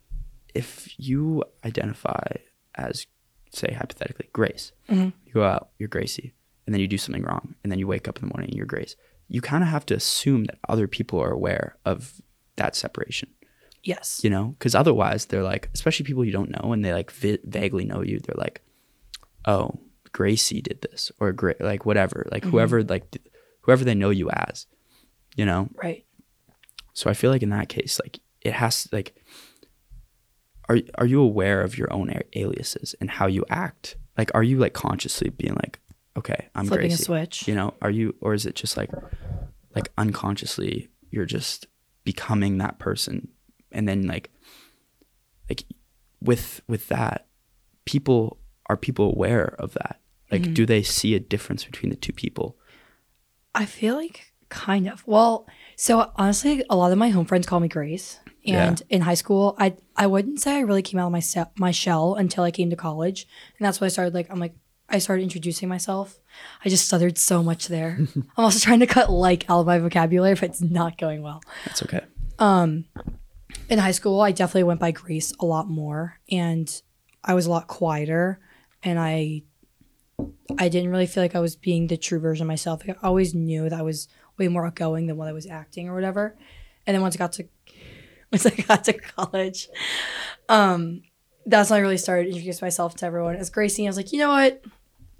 [SPEAKER 2] if you identify as say hypothetically grace you go out you're gracie and then you do something wrong and then you wake up in the morning and you're grace you kind of have to assume that other people are aware of that separation
[SPEAKER 1] Yes.
[SPEAKER 2] you know because otherwise they're like especially people you don't know and they like vi- vaguely know you they're like oh gracie did this or Gra- like whatever like whoever like th- whoever they know you as you know
[SPEAKER 1] Right.
[SPEAKER 2] so I feel like in that case, like it has like are are you aware of your own a- aliases and how you act? Like are you like consciously being like, okay, I'm
[SPEAKER 1] Flipping
[SPEAKER 2] Gracie.
[SPEAKER 1] a switch.
[SPEAKER 2] You know, are you or is it just like like unconsciously you're just becoming that person and then like like with with that people are people aware of that? Like
[SPEAKER 1] Mm-hmm.
[SPEAKER 2] do they see a difference between the two people?
[SPEAKER 1] I feel like kind of. Well, so honestly, a lot of my home friends call me Grace. And in high school, I I wouldn't say I really came out of my se- my shell until I came to college, and that's when I started like I'm like I started introducing myself. I just stuttered so much there. I'm also trying to cut like out of my vocabulary, but it's not going well.
[SPEAKER 2] That's okay.
[SPEAKER 1] In high school, I definitely went by Grace a lot more, and I was a lot quieter, and I I didn't really feel like I was being the true version of myself. I always knew that I was way more outgoing than what I was acting or whatever. And then once I got to *laughs* once I got to college, um, that's when I really started to introduce myself to everyone as Gracie. I was like, you know what?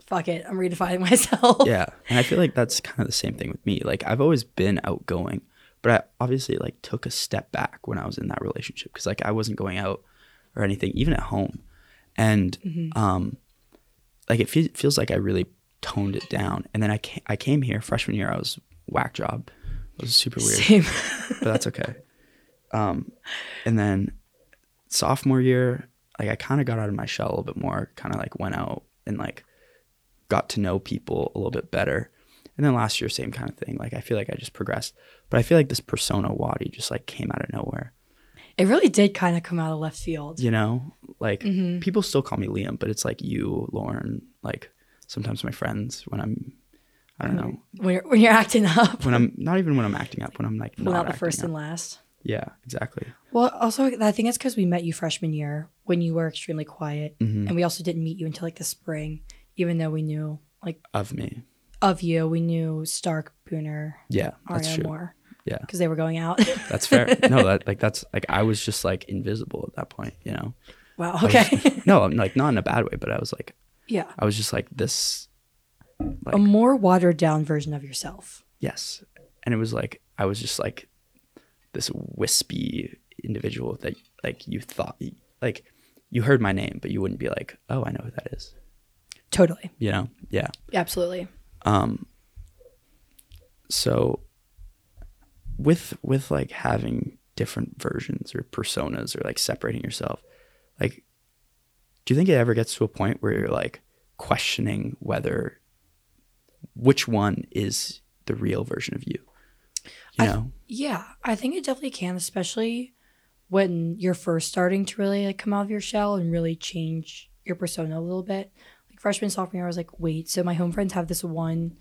[SPEAKER 1] Fuck it. I'm redefining *laughs* myself.
[SPEAKER 2] yeah and i feel like that's kind of the same thing with me like i've always been outgoing but i obviously like took a step back when i was in that relationship because like i wasn't going out or anything even at home and um like it fe- feels like i really toned it down. And then I ca- I came here freshman year. I was whack job. It was super weird,
[SPEAKER 1] Same.
[SPEAKER 2] but that's okay. Um, and then sophomore year, like I kind of got out of my shell a little bit more. Kind of like went out and like got to know people a little bit better. And then last year, same kind of thing. Like I feel like I just progressed, but I feel like this persona Wadi just like came out of nowhere.
[SPEAKER 1] it really did kind of come out of left field.
[SPEAKER 2] You know, like
[SPEAKER 1] Mhm.
[SPEAKER 2] people still call me Liam, but it's like you, Lauren, like sometimes my friends when I'm, I don't know,
[SPEAKER 1] When you're, when you're acting up,
[SPEAKER 2] when I'm not even when I'm acting up, when I'm like not
[SPEAKER 1] Mm-hmm. without the
[SPEAKER 2] acting
[SPEAKER 1] first
[SPEAKER 2] up.
[SPEAKER 1] and last.
[SPEAKER 2] yeah, exactly.
[SPEAKER 1] Well, also, I think it's because we met you freshman year when you were extremely quiet.
[SPEAKER 2] Mhm.
[SPEAKER 1] And we also didn't meet you until like the spring, even though we knew like
[SPEAKER 2] Of me,
[SPEAKER 1] of you, we knew Stark, Booner,
[SPEAKER 2] yeah, that's
[SPEAKER 1] Aria
[SPEAKER 2] true.
[SPEAKER 1] more.
[SPEAKER 2] Yeah.
[SPEAKER 1] Because they were going out.
[SPEAKER 2] That's fair. no, that like that's like I was just like invisible at that point. You know,
[SPEAKER 1] *laughs* wow.
[SPEAKER 2] I was-
[SPEAKER 1] Okay. *laughs*
[SPEAKER 2] *laughs* no, I'm like not in a bad way, but I was like
[SPEAKER 1] yeah.
[SPEAKER 2] I was just like this. Like
[SPEAKER 1] A more watered down version of yourself.
[SPEAKER 2] yes, and it was like I was just like this wispy individual that like you thought like you heard my name, but you wouldn't be like, oh, I know who that is.
[SPEAKER 1] Totally.
[SPEAKER 2] You know, yeah.
[SPEAKER 1] Absolutely.
[SPEAKER 2] um so with with like having different versions or personas or like separating yourself like do you think it ever gets to a point where you're like questioning whether which one is the real version of you you
[SPEAKER 1] I-
[SPEAKER 2] know
[SPEAKER 1] Yeah. I think it definitely can, especially when you're first starting to really like come out of your shell and really change your persona a little bit. Like freshman, sophomore year, I was like, wait, so my home friends have this one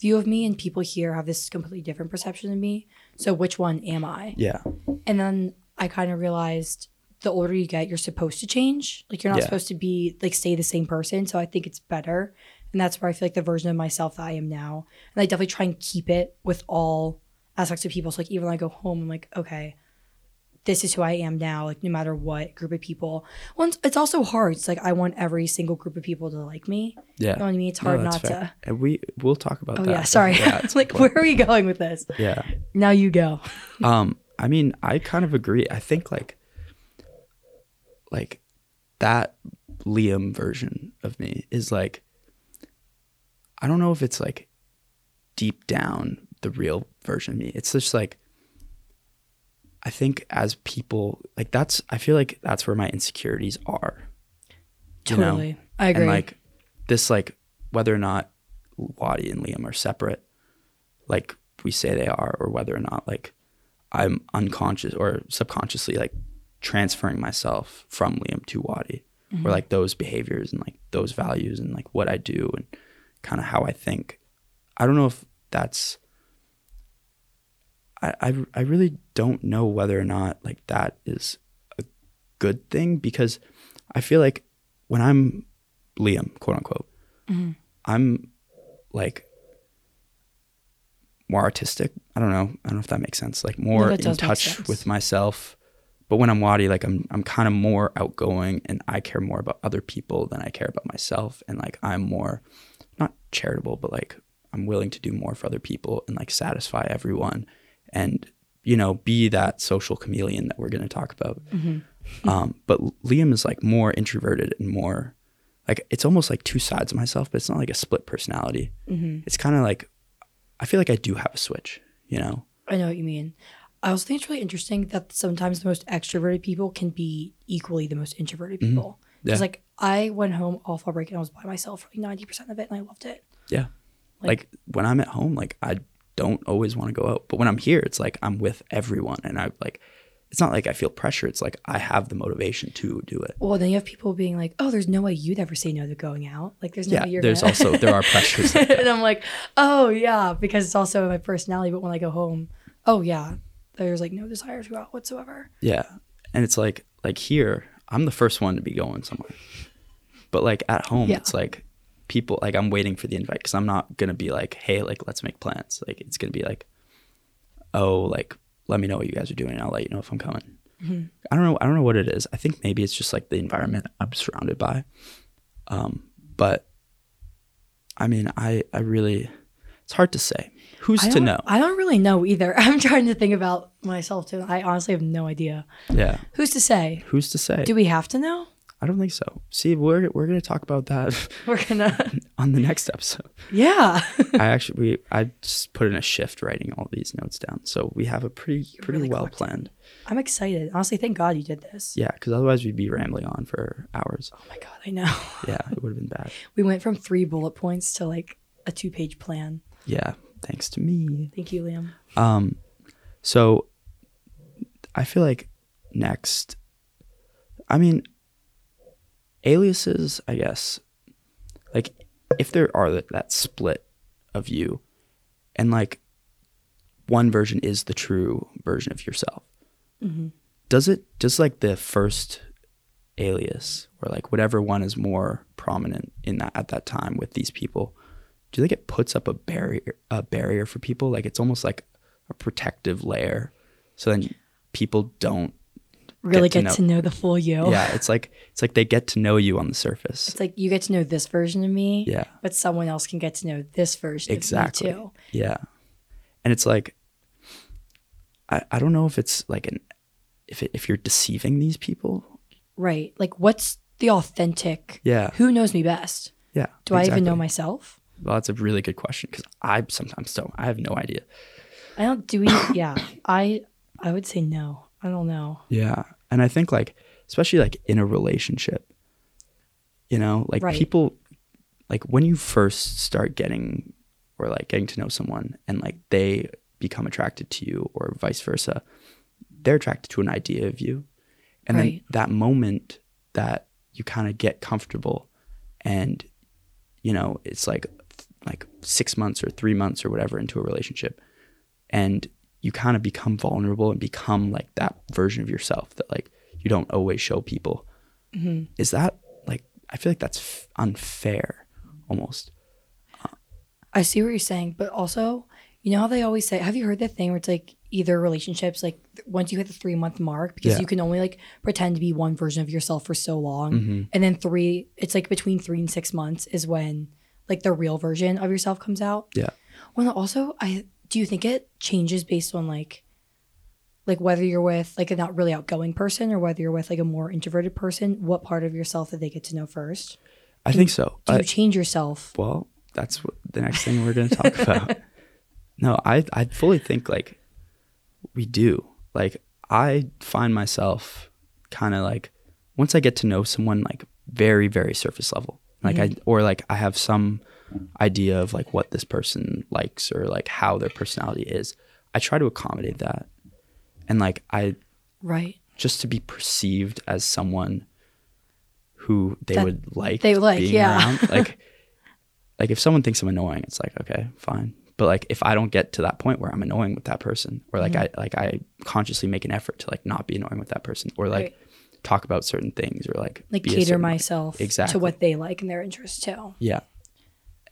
[SPEAKER 1] view of me and people here have this completely different perception of me. So which one am I?
[SPEAKER 2] yeah
[SPEAKER 1] And then I kind of realized the older you get, you're supposed to change. Like you're not
[SPEAKER 2] Yeah.
[SPEAKER 1] supposed to be like stay the same person. So I think it's better. And that's where I feel like the version of myself that I am now. And I definitely try and keep it with all aspects of people. So like even when I go home, I'm like, okay, this is who I am now, like no matter what group of people. Well, it's, it's also hard. It's like I want every single group of people to like me. You know
[SPEAKER 2] yeah
[SPEAKER 1] what I mean? It's
[SPEAKER 2] No,
[SPEAKER 1] hard not
[SPEAKER 2] that's fair.
[SPEAKER 1] to.
[SPEAKER 2] and we we'll talk about
[SPEAKER 1] Oh
[SPEAKER 2] that
[SPEAKER 1] yeah, sorry. *laughs*
[SPEAKER 2] yeah, it's
[SPEAKER 1] like
[SPEAKER 2] important.
[SPEAKER 1] where are we going with this?
[SPEAKER 2] yeah
[SPEAKER 1] Now you go.
[SPEAKER 2] um i mean i kind of agree i think like like that liam version of me is like i don't know if it's like deep down the real version of me it's just like i think as people like that's i feel like that's where my insecurities are You know,
[SPEAKER 1] Totally. I agree.
[SPEAKER 2] and like this like whether or not Wadi and Liam are separate, like we say they are, or whether or not like I'm unconscious or subconsciously like transferring myself from Liam to Wadi.
[SPEAKER 1] Mm-hmm.
[SPEAKER 2] Or like those behaviors and like those values and like what I do and kind of how I think. I don't know if that's I, I I really don't know whether or not like that is a good thing because I feel like when I'm Liam, quote unquote,
[SPEAKER 1] Mhm.
[SPEAKER 2] I'm like more artistic. I don't know. I don't know if that makes sense. Like more
[SPEAKER 1] that
[SPEAKER 2] in
[SPEAKER 1] does make
[SPEAKER 2] touch
[SPEAKER 1] sense.
[SPEAKER 2] with myself. But when I'm Wadi, like I'm I'm kind of more outgoing and I care more about other people than I care about myself. And like I'm more not charitable, but like I'm willing to do more for other people and like satisfy everyone and you know, be that social chameleon that we're gonna talk about.
[SPEAKER 1] Mm-hmm.
[SPEAKER 2] Um, but Liam is like more introverted and more like it's almost like two sides of myself, but it's not like a split personality.
[SPEAKER 1] Mm-hmm.
[SPEAKER 2] It's kind of like I feel like I do have a switch, you know?
[SPEAKER 1] I know what you mean. I also think it's really interesting that sometimes the most extroverted people can be equally the most introverted people.
[SPEAKER 2] Mm-hmm. Yeah.
[SPEAKER 1] Because like I went home all fall break and I was by myself for like ninety percent of it, and I loved it.
[SPEAKER 2] Yeah. Like,
[SPEAKER 1] Like-
[SPEAKER 2] when I'm at home, like I don't always want to go out, but when I'm here, it's like I'm with everyone, and I like. It's not like I feel pressure. It's like I have the motivation to do it.
[SPEAKER 1] Well, then you have people being like, "Oh, there's no way you'd ever say no to going out." Like, there's no
[SPEAKER 2] Yeah.
[SPEAKER 1] way Oh, you're.
[SPEAKER 2] There's
[SPEAKER 1] gonna...
[SPEAKER 2] also there are pressures. like
[SPEAKER 1] *laughs*
[SPEAKER 2] that.
[SPEAKER 1] and I'm like, "Oh yeah," because it's also my personality. But when I go home, oh yeah, there's like no desire to go out whatsoever.
[SPEAKER 2] Yeah. And it's like like here, I'm the first one to be going somewhere. But like at home,
[SPEAKER 1] Yeah.
[SPEAKER 2] it's like people like I'm waiting for the invite cuz I'm not going to be like, "Hey, like let's make plans." Like it's going to be like, "Oh, like let me know what you guys are doing and I'll let you know if I'm coming."
[SPEAKER 1] Mm-hmm.
[SPEAKER 2] I don't know I don't know what it is. I think maybe it's just like the environment I'm surrounded by. Um, but I mean, I I really it's hard to say. Who's
[SPEAKER 1] I
[SPEAKER 2] to
[SPEAKER 1] don't-
[SPEAKER 2] know?
[SPEAKER 1] I don't really know either. *laughs* I'm trying to think about myself too. I honestly have no idea.
[SPEAKER 2] yeah.
[SPEAKER 1] Who's to say?
[SPEAKER 2] Who's to say?
[SPEAKER 1] Do we have to know?
[SPEAKER 2] I don't think so. See, we're we're gonna talk about that *laughs*
[SPEAKER 1] We're *laughs* gonna.
[SPEAKER 2] on the next episode.
[SPEAKER 1] Yeah.
[SPEAKER 2] I actually we I just put in a shift writing all these notes down, so we have a pretty
[SPEAKER 1] You
[SPEAKER 2] pretty
[SPEAKER 1] really
[SPEAKER 2] well
[SPEAKER 1] clocked it.
[SPEAKER 2] planned.
[SPEAKER 1] *laughs* I'm excited. Honestly, thank God you did this.
[SPEAKER 2] Yeah, because otherwise we'd be rambling on for hours.
[SPEAKER 1] Oh my God, I know. *laughs*
[SPEAKER 2] Yeah, it would have been bad.
[SPEAKER 1] We went from three bullet points to like a two page plan.
[SPEAKER 2] Yeah, thanks to me.
[SPEAKER 1] Thank you, Liam.
[SPEAKER 2] Um, so I feel like next, I mean, aliases, I guess, like if there are that, that split of you and like one version is the true version of yourself, does it just like the first alias or like whatever one is more prominent in that at that time with these people do you think it puts up a barrier a barrier for people like it's almost like a protective layer so then people don't
[SPEAKER 1] Really
[SPEAKER 2] Get to
[SPEAKER 1] get, to, know. the full you.
[SPEAKER 2] yeah it's like it's like they get to know you on the surface
[SPEAKER 1] Oh. It's like you get to know this version of me,
[SPEAKER 2] yeah
[SPEAKER 1] but someone else can get to know this version
[SPEAKER 2] exactly
[SPEAKER 1] of me too.
[SPEAKER 2] yeah and it's like i i don't know if it's like an if it, if you're deceiving these people
[SPEAKER 1] Right. Like, what's the authentic?
[SPEAKER 2] yeah
[SPEAKER 1] Who knows me best?
[SPEAKER 2] yeah
[SPEAKER 1] Do I even know
[SPEAKER 2] exactly.
[SPEAKER 1] myself?
[SPEAKER 2] Well, that's a really good question because I sometimes don't. I have no idea.
[SPEAKER 1] I don't. Do we? yeah. I. I would say no. I don't know.
[SPEAKER 2] Yeah. And I think, like, especially like in a relationship, you know, like
[SPEAKER 1] Right.
[SPEAKER 2] people, like when you first start getting or like getting to know someone and like they become attracted to you or vice versa, they're attracted to an idea of you. And then
[SPEAKER 1] Right.
[SPEAKER 2] that moment that you kind of get comfortable and, you know, it's like, like six months or three months or whatever into a relationship and you kind of become vulnerable and become like that version of yourself that like you don't always show people is that like i feel like that's f- unfair almost
[SPEAKER 1] I see what you're saying, but also, you know how they always say, have you heard that thing where it's like either relationships, like th- once you hit the three month mark, because
[SPEAKER 2] Yeah.
[SPEAKER 1] you can only like pretend to be one version of yourself for so long.
[SPEAKER 2] Mm-hmm.
[SPEAKER 1] And then three, it's like between three and six months is when like the real version of yourself comes out.
[SPEAKER 2] yeah
[SPEAKER 1] Well, also, I do you think it changes based on like, like whether you're with like a not really outgoing person or whether you're with like a more introverted person, what part of yourself that they get to know first?
[SPEAKER 2] i think so
[SPEAKER 1] Do
[SPEAKER 2] I-
[SPEAKER 1] you change yourself?
[SPEAKER 2] well that's what the next thing we're going to talk about no i i fully think like we do like i find myself kind of like once i get to know someone like very very surface level like i or like i have some idea of like what this person likes or like how their personality is i try to accommodate that and like i
[SPEAKER 1] Right.
[SPEAKER 2] just to be perceived as someone who they
[SPEAKER 1] That
[SPEAKER 2] would like
[SPEAKER 1] they would like,
[SPEAKER 2] being
[SPEAKER 1] yeah. *laughs*
[SPEAKER 2] around. like like if someone thinks i'm annoying it's like okay fine but like if i don't get to that point where i'm annoying with that person or like
[SPEAKER 1] Mm-hmm.
[SPEAKER 2] i like i consciously make an effort to like not be annoying with that person or like talk about certain things or like
[SPEAKER 1] like
[SPEAKER 2] be a
[SPEAKER 1] cater
[SPEAKER 2] certain-
[SPEAKER 1] myself
[SPEAKER 2] Exactly.
[SPEAKER 1] to what they like and their interests too.
[SPEAKER 2] yeah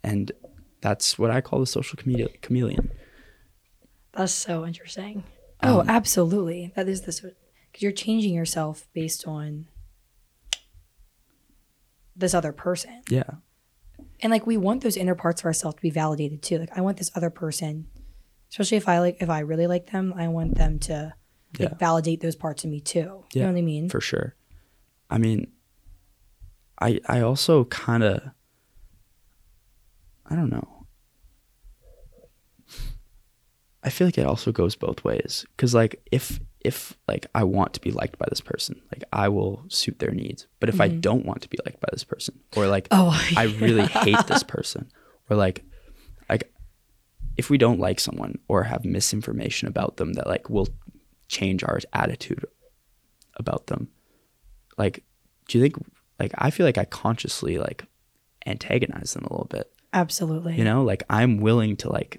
[SPEAKER 2] and that's what i call the social chame- chameleon
[SPEAKER 1] That's so interesting. Oh,
[SPEAKER 2] Um,
[SPEAKER 1] absolutely. That is this because you're changing yourself based on this other person,
[SPEAKER 2] yeah
[SPEAKER 1] and like we want those inner parts of ourselves to be validated too. Like I want this other person, especially if I like if I really like them, I want them to like,
[SPEAKER 2] Yeah.
[SPEAKER 1] validate those parts of me too. You
[SPEAKER 2] Yeah.
[SPEAKER 1] know what I mean?
[SPEAKER 2] for sure. I mean, I I also kind of I don't know. I feel like it also goes both ways cuz like if if like I want to be liked by this person, like I will suit their needs. But if I don't want to be liked by this person or like
[SPEAKER 1] oh, *laughs*
[SPEAKER 2] I really hate this person or like like if we don't like someone or have misinformation about them that like will change our attitude about them like do you think like I feel like I consciously like antagonize them a little bit
[SPEAKER 1] absolutely.
[SPEAKER 2] you know like I'm willing to like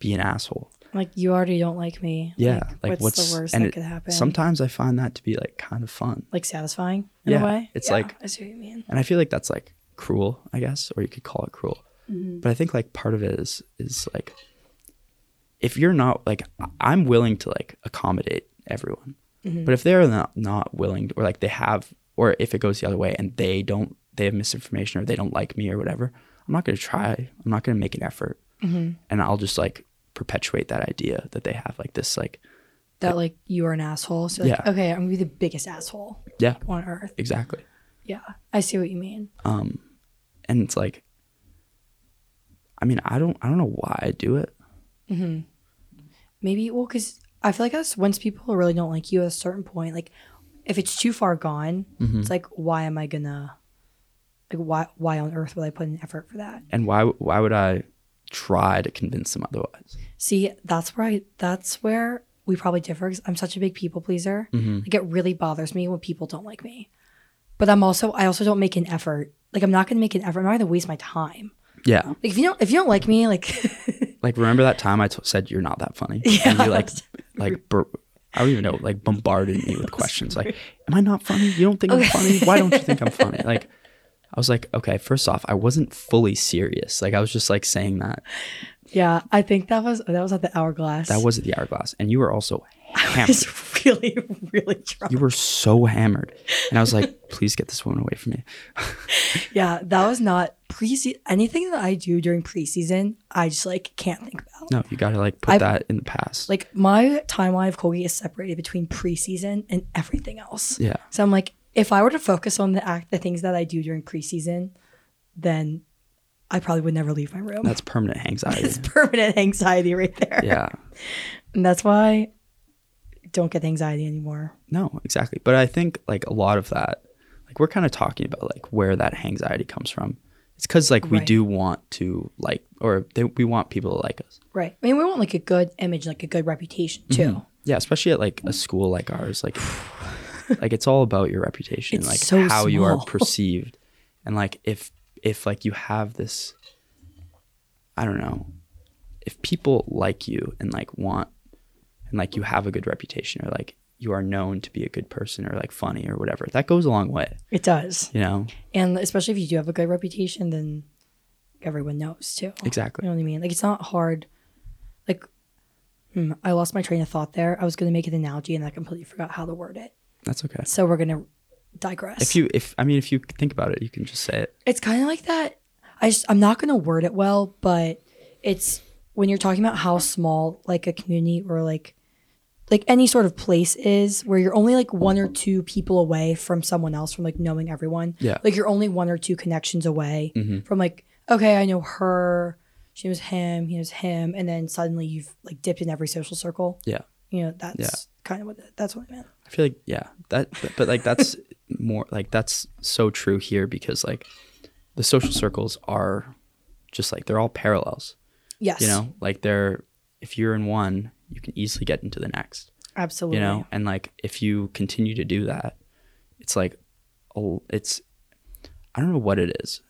[SPEAKER 2] be an asshole
[SPEAKER 1] like you already don't like me.
[SPEAKER 2] yeah like,
[SPEAKER 1] what's,
[SPEAKER 2] what's,
[SPEAKER 1] the worst
[SPEAKER 2] and
[SPEAKER 1] that
[SPEAKER 2] it-
[SPEAKER 1] could happen?
[SPEAKER 2] sometimes I find that to be like kind of fun
[SPEAKER 1] like satisfying in
[SPEAKER 2] Yeah,
[SPEAKER 1] a way.
[SPEAKER 2] it's
[SPEAKER 1] Yeah,
[SPEAKER 2] like-
[SPEAKER 1] I see what you mean.
[SPEAKER 2] and I feel like that's like cruel, I guess, or you could call it cruel. But I think like part of it is is like if you're not like I- I'm willing to like accommodate everyone, but if they're not not willing to, or like they have or if it goes the other way and they don't they have misinformation or they don't like me or whatever, I'm not gonna try. I'm not gonna make an effort, and I'll just like perpetuate that idea that they have like this like
[SPEAKER 1] that like you are an asshole. So like,
[SPEAKER 2] Yeah.
[SPEAKER 1] okay, I'm gonna be the biggest asshole
[SPEAKER 2] yeah
[SPEAKER 1] on earth.
[SPEAKER 2] exactly
[SPEAKER 1] Yeah, I see what you mean.
[SPEAKER 2] um and it's like i mean i don't i don't know why i do it
[SPEAKER 1] hmm Maybe well, because I feel like us once people really don't like you at a certain point, like if it's too far gone,
[SPEAKER 2] Mhm.
[SPEAKER 1] it's like why am I gonna like why why on earth would I put in effort for that?
[SPEAKER 2] and why why would i try to convince them otherwise
[SPEAKER 1] See, that's where I that's where we probably differ. Cause I'm such a big people pleaser.
[SPEAKER 2] Mhm.
[SPEAKER 1] Like it really bothers me when people don't like me. But I'm also I also don't make an effort. Like I'm not gonna make an effort. I'm not gonna waste my time.
[SPEAKER 2] yeah
[SPEAKER 1] Like if you don't if you don't like me, like *laughs*
[SPEAKER 2] like remember that time I t- said you're not that funny and
[SPEAKER 1] Yeah.
[SPEAKER 2] you like like bur- i don't even know like bombarded
[SPEAKER 1] *laughs*
[SPEAKER 2] me with questions like am i not funny you don't think i'm funny why don't you think i'm
[SPEAKER 1] *laughs*
[SPEAKER 2] funny like i was like okay first off i wasn't fully serious like i was just like saying that
[SPEAKER 1] yeah, I think that was that was at the hourglass. *laughs*
[SPEAKER 2] that was at the hourglass and you were also
[SPEAKER 1] I
[SPEAKER 2] hammered
[SPEAKER 1] was really, really drunk.
[SPEAKER 2] you were so hammered and i was
[SPEAKER 1] *laughs*
[SPEAKER 2] like please get this woman away from me
[SPEAKER 1] Yeah, that was not pre anything that I do during preseason, I just like can't think about.
[SPEAKER 2] no you gotta like put
[SPEAKER 1] I've-
[SPEAKER 2] that in the past like
[SPEAKER 1] Like my timeline of Colgate is separated between preseason and everything else.
[SPEAKER 2] yeah
[SPEAKER 1] So I'm like, if I were to focus on the act the things that I do during preseason, then I probably would never leave my room.
[SPEAKER 2] that's permanent anxiety
[SPEAKER 1] *laughs* it's permanent anxiety right there.
[SPEAKER 2] yeah
[SPEAKER 1] And that's why I don't get the anxiety anymore.
[SPEAKER 2] No, exactly. But I think like a lot of that, like we're kind of talking about like where that anxiety comes from. It's because like we
[SPEAKER 1] Right.
[SPEAKER 2] do want to like, or they, we want people to like us.
[SPEAKER 1] Right. I mean, we want like a good image, like a good reputation too.
[SPEAKER 2] Yeah, especially at
[SPEAKER 1] Mm.
[SPEAKER 2] like a school like
[SPEAKER 1] *sighs*
[SPEAKER 2] ours, like like it's all about your reputation,
[SPEAKER 1] It's
[SPEAKER 2] like
[SPEAKER 1] so
[SPEAKER 2] how you are
[SPEAKER 1] small. *laughs*
[SPEAKER 2] perceived, and like if if like you have this, I don't know, if people like you and like want, and like you have a good reputation or like you are known to be a good person or like funny or whatever, that goes a long way,
[SPEAKER 1] It does.
[SPEAKER 2] you know.
[SPEAKER 1] And especially if you do have a good reputation, then everyone knows too.
[SPEAKER 2] Exactly.
[SPEAKER 1] You know what I mean? Like it's not hard. Like hmm, I lost my train of thought there. I was going to make an analogy and I completely forgot how to word it.
[SPEAKER 2] That's okay.
[SPEAKER 1] So we're going to digress.
[SPEAKER 2] If you, if I mean, if you think about it, you can just say it.
[SPEAKER 1] it's kind of like that. I just, I'm not going to word it well, but it's when you're talking about how small like a community or like like any sort of place is where you're only like one or two people away from someone else from like knowing everyone.
[SPEAKER 2] Yeah.
[SPEAKER 1] Like you're only one or two connections away
[SPEAKER 2] Mhm.
[SPEAKER 1] from like okay, I know her, she knows him, he knows him, and then suddenly you've like dipped in every social circle.
[SPEAKER 2] Yeah.
[SPEAKER 1] You know, that's
[SPEAKER 2] Yeah.
[SPEAKER 1] kind of what that's what I meant.
[SPEAKER 2] I feel like, yeah, that, but, but like that's *laughs* more like that's so true here because like the social circles are just like they're all parallels,
[SPEAKER 1] Yes.
[SPEAKER 2] you know, like they're, if you're in one, you can easily get into the next,
[SPEAKER 1] Absolutely.
[SPEAKER 2] you know, and like if you continue to do that, it's like, oh, it's, I don't know what it is.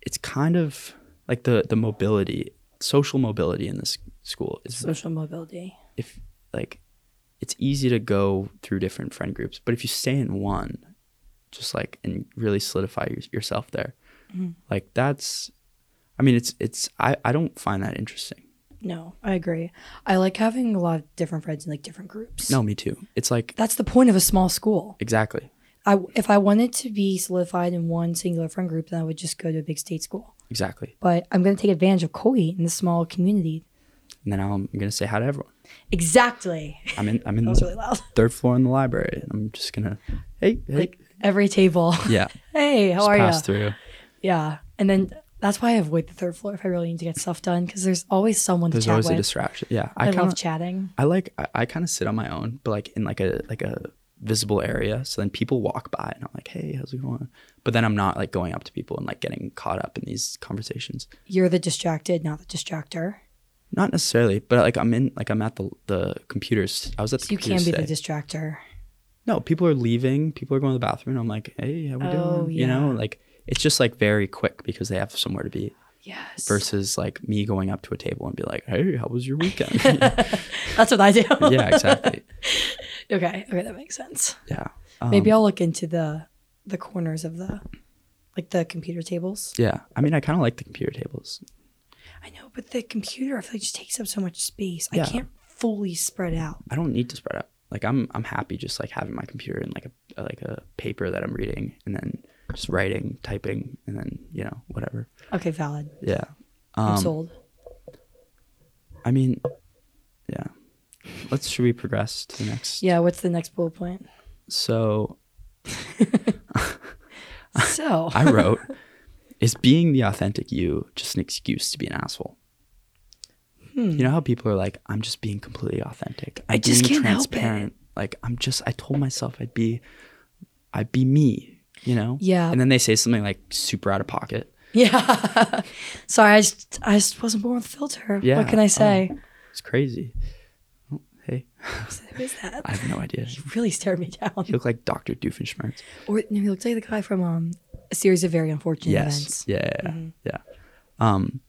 [SPEAKER 2] It's kind of like the, the mobility, social mobility in this school is
[SPEAKER 1] Social mobility.
[SPEAKER 2] if like it's easy to go through different friend groups, but if you stay in one, just like and really solidify your, yourself there, like that's, I mean, it's it's I I don't find that interesting.
[SPEAKER 1] No, I agree. I like having a lot of different friends in like different groups.
[SPEAKER 2] No, me too. It's like
[SPEAKER 1] That's the point of a small school.
[SPEAKER 2] exactly,
[SPEAKER 1] I if I wanted to be solidified in one singular friend group, then I would just go to a big state school.
[SPEAKER 2] exactly.
[SPEAKER 1] But I'm going to take advantage of Colgate in this small community.
[SPEAKER 2] And then I'm gonna say hi to everyone.
[SPEAKER 1] Exactly.
[SPEAKER 2] I'm in I'm in
[SPEAKER 1] That
[SPEAKER 2] the
[SPEAKER 1] was Oh, really loud. *laughs*
[SPEAKER 2] third floor in the library, and I'm just gonna hey hey
[SPEAKER 1] Like every table. *laughs*
[SPEAKER 2] yeah,
[SPEAKER 1] hey, how *gasps*
[SPEAKER 2] just
[SPEAKER 1] are
[SPEAKER 2] pass
[SPEAKER 1] you?
[SPEAKER 2] through.
[SPEAKER 1] Yeah. And then that's why I avoid the third floor if I really need to get stuff done because there's always someone to
[SPEAKER 2] There's
[SPEAKER 1] chat
[SPEAKER 2] always
[SPEAKER 1] with.
[SPEAKER 2] a distraction. Yeah,
[SPEAKER 1] I,
[SPEAKER 2] I kind
[SPEAKER 1] love
[SPEAKER 2] of
[SPEAKER 1] chatting.
[SPEAKER 2] I like I, I kind of sit on my own, but like in like a like a visible area. So then people walk by and I'm like, hey, how's it going? But then I'm not like going up to people and like getting caught up in these conversations.
[SPEAKER 1] You're the distracted, not the distractor.
[SPEAKER 2] Not necessarily, but like I'm in like I'm at the the computers. I was at the
[SPEAKER 1] You
[SPEAKER 2] computers
[SPEAKER 1] can be the
[SPEAKER 2] today.
[SPEAKER 1] distractor.
[SPEAKER 2] no, people are leaving. People are going to the bathroom. And I'm like, hey, how we
[SPEAKER 1] Oh,
[SPEAKER 2] doing? You
[SPEAKER 1] yeah.
[SPEAKER 2] know, like it's just like very quick because they have somewhere to be.
[SPEAKER 1] Yes.
[SPEAKER 2] Versus like me going up to a table and be like, hey, how was your weekend? yeah,
[SPEAKER 1] That's what I do.
[SPEAKER 2] exactly.
[SPEAKER 1] Okay. Okay. That makes sense.
[SPEAKER 2] Yeah. Um,
[SPEAKER 1] Maybe I'll look into the the corners of the like the computer tables.
[SPEAKER 2] yeah. I mean, I kind of like the computer tables.
[SPEAKER 1] I know, but the computer I feel like just takes up so much space.
[SPEAKER 2] Yeah.
[SPEAKER 1] I can't fully spread out.
[SPEAKER 2] I don't need to spread out. Like I'm I'm happy just like having my computer and like a like a paper that I'm reading and then just writing, typing, and then you know whatever.
[SPEAKER 1] Okay, valid.
[SPEAKER 2] Yeah.
[SPEAKER 1] I'm
[SPEAKER 2] Um,
[SPEAKER 1] sold.
[SPEAKER 2] I mean, yeah. Let's should we progress to the next?
[SPEAKER 1] Yeah, what's the next bullet point?
[SPEAKER 2] So
[SPEAKER 1] *laughs* *laughs* So
[SPEAKER 2] I wrote, Is being the authentic you just an excuse to be an asshole? You know how people are like, I'm just being completely authentic. I'm
[SPEAKER 1] Hmm. just
[SPEAKER 2] being
[SPEAKER 1] can't help it."
[SPEAKER 2] Like I'm just I told myself I'd be I'd be me, you know?
[SPEAKER 1] Yeah.
[SPEAKER 2] And then they say something like super out of pocket.
[SPEAKER 1] yeah, *laughs* sorry. I just I just wasn't born with a filter.
[SPEAKER 2] Yeah. Oh,
[SPEAKER 1] What can I *laughs* say?
[SPEAKER 2] It's crazy. Oh, Hey,
[SPEAKER 1] Who is that?
[SPEAKER 2] I have no idea.
[SPEAKER 1] *laughs* He really stared me down.
[SPEAKER 2] You look like Dr. Doofenshmirtz.
[SPEAKER 1] Or no, he looked like the guy from um, a series of very unfortunate
[SPEAKER 2] yes
[SPEAKER 1] events.
[SPEAKER 2] yeah yeah,
[SPEAKER 1] Mm-hmm.
[SPEAKER 2] yeah um *laughs*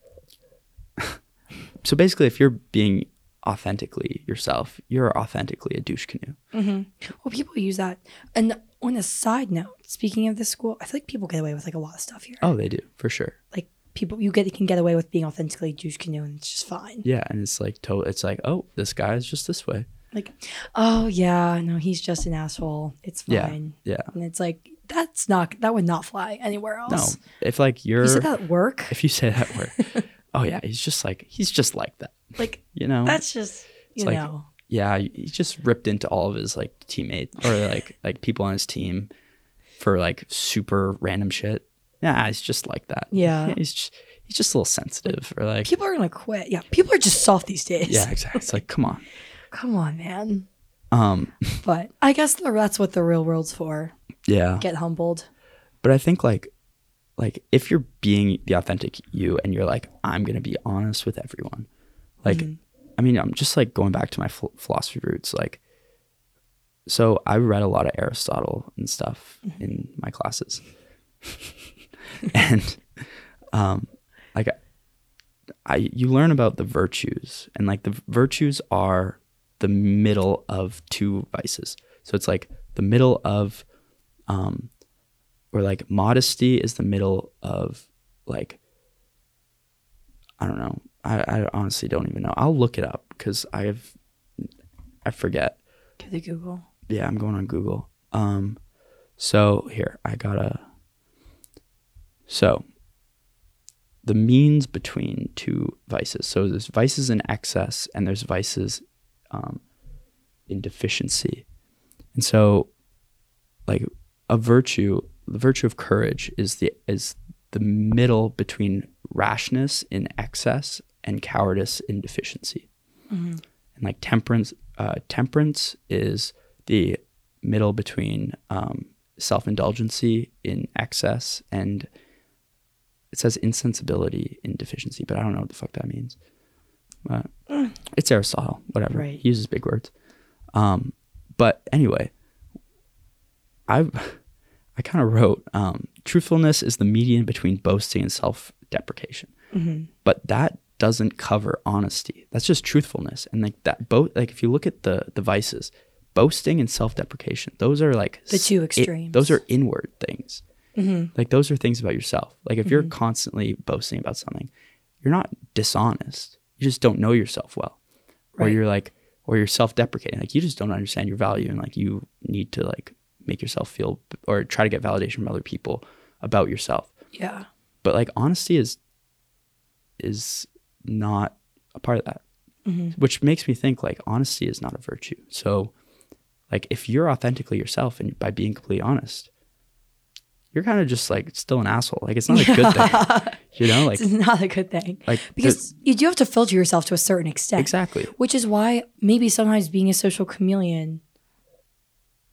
[SPEAKER 2] so basically if you're being authentically yourself you're authentically a douche canoe
[SPEAKER 1] Well, people use that. And on a side note, speaking of this school, I feel like people get away with like a lot of stuff here.
[SPEAKER 2] oh they do for sure
[SPEAKER 1] Like people, you get can get away with being authentically Jewish canoe, and it's just fine.
[SPEAKER 2] yeah and it's like to- it's like oh this guy is just this way
[SPEAKER 1] Like, oh yeah, no, he's just an asshole. It's
[SPEAKER 2] Yeah,
[SPEAKER 1] fine.
[SPEAKER 2] yeah
[SPEAKER 1] And it's like that's not that would not fly anywhere
[SPEAKER 2] no
[SPEAKER 1] else.
[SPEAKER 2] if like you're
[SPEAKER 1] You said that at work.
[SPEAKER 2] *laughs* if you say that
[SPEAKER 1] *laughs*
[SPEAKER 2] word oh yeah he's just like he's just like that
[SPEAKER 1] like
[SPEAKER 2] you know
[SPEAKER 1] that's just you
[SPEAKER 2] like-
[SPEAKER 1] know.
[SPEAKER 2] yeah he's just ripped into all of his like teammates or like *laughs* like people on his team for like super random shit yeah he's just like that
[SPEAKER 1] Yeah.
[SPEAKER 2] he's just he's just a little sensitive or like
[SPEAKER 1] People are gonna quit. Yeah, people are just soft these days.
[SPEAKER 2] yeah exactly it's like come on
[SPEAKER 1] Come on, man.
[SPEAKER 2] um
[SPEAKER 1] But I guess the- that's what the real world's for.
[SPEAKER 2] yeah
[SPEAKER 1] Get humbled.
[SPEAKER 2] but i think like like if you're being the authentic you and you're like i'm gonna be honest with everyone like i mean i'm just like going back to my ph- philosophy roots like so i read a lot of aristotle and stuff in my classes *laughs* and um like i you learn about the virtues and like the virtues are the middle of two vices so it's like the middle of um or like modesty is the middle of like I don't know. I, I honestly don't even know. I'll look it up because I have I forget.
[SPEAKER 1] Go to Google.
[SPEAKER 2] Yeah, I'm going on Google. Um, so here I gotta. So the means between two vices. So there's vices in excess and there's vices um, in deficiency. And so, like a virtue, the virtue of courage is the is the middle between rashness in excess and cowardice in deficiency and like temperance uh, temperance is the middle between um, self-indulgency in excess and it says insensibility in deficiency but i don't know what the fuck that means but it's aristotle whatever
[SPEAKER 1] Right.
[SPEAKER 2] he uses big words um, but anyway i i kind of wrote um, truthfulness is the median between boasting and self-deprecation
[SPEAKER 1] Mm-hmm.
[SPEAKER 2] but that doesn't cover honesty that's just truthfulness and like that both like if you look at the the vices boasting and self-deprecation those are like
[SPEAKER 1] The two
[SPEAKER 2] i-
[SPEAKER 1] extremes. Mm-hmm.
[SPEAKER 2] those are inward things like those are things about yourself like if you're constantly boasting about something you're not dishonest you just don't know yourself well or
[SPEAKER 1] Right.
[SPEAKER 2] you're like or you're self-deprecating like you just don't understand your value and like you need to like make yourself feel or try to get validation from other people about yourself
[SPEAKER 1] Yeah.
[SPEAKER 2] but like honesty is is not a part of that
[SPEAKER 1] Mm-hmm.
[SPEAKER 2] which makes me think like honesty is not a virtue so like if you're authentically yourself and by being completely honest you're kind of just like still an asshole like it's not a good
[SPEAKER 1] *laughs*
[SPEAKER 2] thing you know like
[SPEAKER 1] It's not a good thing.
[SPEAKER 2] like
[SPEAKER 1] because you do have to filter yourself to a certain extent.
[SPEAKER 2] exactly
[SPEAKER 1] Which is why maybe sometimes being a social chameleon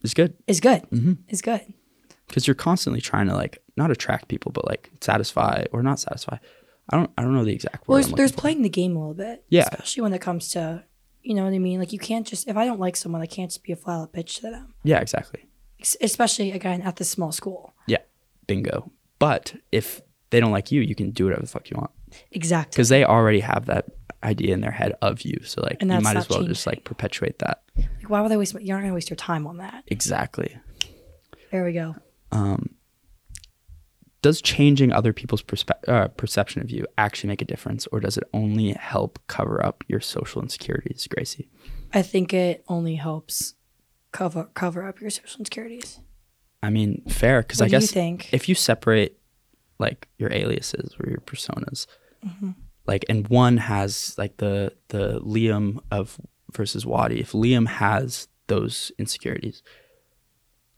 [SPEAKER 2] it's good
[SPEAKER 1] is good.
[SPEAKER 2] Mm-hmm.
[SPEAKER 1] Is good.
[SPEAKER 2] because you're constantly trying to like not attract people but like satisfy or not satisfy i don't i don't know the exact word
[SPEAKER 1] Well, there's,
[SPEAKER 2] I'm
[SPEAKER 1] there's
[SPEAKER 2] looking
[SPEAKER 1] playing the game a little bit.
[SPEAKER 2] Yeah.
[SPEAKER 1] Especially when it comes to, you know what I mean? Like, you can't just, if I don't like someone, I can't just be a flat out bitch to them.
[SPEAKER 2] for. yeah exactly
[SPEAKER 1] Es- Especially, again, at this small school.
[SPEAKER 2] yeah bingo but if they don't like you you can do whatever the fuck you want
[SPEAKER 1] Exactly.
[SPEAKER 2] because they already have that idea in their head of you. So like
[SPEAKER 1] And
[SPEAKER 2] you
[SPEAKER 1] that's
[SPEAKER 2] might
[SPEAKER 1] not
[SPEAKER 2] as well just like perpetuate that.
[SPEAKER 1] Like, why would I waste, my, you're not going to waste your time on that.
[SPEAKER 2] Exactly.
[SPEAKER 1] There we go.
[SPEAKER 2] Does changing other people's perspe- uh, perception of you actually make a difference, or does it only help cover up your social insecurities, Gracie?
[SPEAKER 1] I think it only helps cover cover up your social insecurities.
[SPEAKER 2] I mean, fair because
[SPEAKER 1] What
[SPEAKER 2] I
[SPEAKER 1] do you
[SPEAKER 2] guess
[SPEAKER 1] think?
[SPEAKER 2] if you separate like your aliases or your personas,
[SPEAKER 1] Mm-hmm.
[SPEAKER 2] like and one has like the the Liam of versus Wadi. If Liam has those insecurities,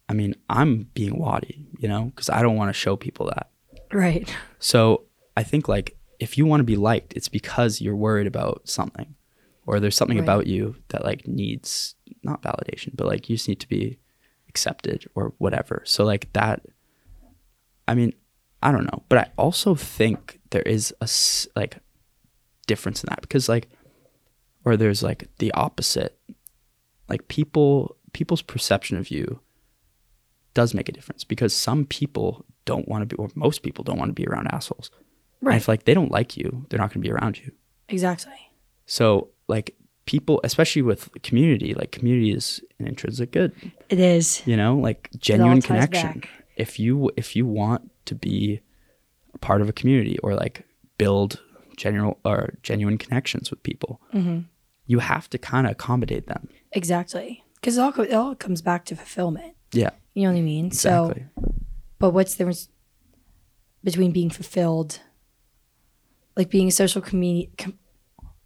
[SPEAKER 2] I mean, I'm being waddy, you know, because I don't want to show people that.
[SPEAKER 1] Right. *laughs*
[SPEAKER 2] So I think like if you want to be liked, it's because you're worried about something, or there's something
[SPEAKER 1] Right.
[SPEAKER 2] about you that like needs not validation, but like you just need to be accepted or whatever. So like that, I mean, I don't know, but I also think there is a s- like difference in that because like, or there's like the opposite, like people people's perception of you does make a difference because some people don't want to be, or most people don't want to be around assholes. And
[SPEAKER 1] Right.
[SPEAKER 2] if like they don't like you, they're not going to be around you.
[SPEAKER 1] Exactly.
[SPEAKER 2] So like people, especially with community, like community is an intrinsic good.
[SPEAKER 1] It is.
[SPEAKER 2] You know, like genuine
[SPEAKER 1] ties
[SPEAKER 2] connection.
[SPEAKER 1] back.
[SPEAKER 2] If you if you want to be a part of a community or like build general or genuine connections with people,
[SPEAKER 1] Mm-hmm.
[SPEAKER 2] you have to kind of accommodate them.
[SPEAKER 1] Exactly. Because it all, co- it all comes back to fulfillment.
[SPEAKER 2] Yeah,
[SPEAKER 1] You know what I mean? So,
[SPEAKER 2] exactly.
[SPEAKER 1] but what's the difference between being fulfilled, like being a social chame- com-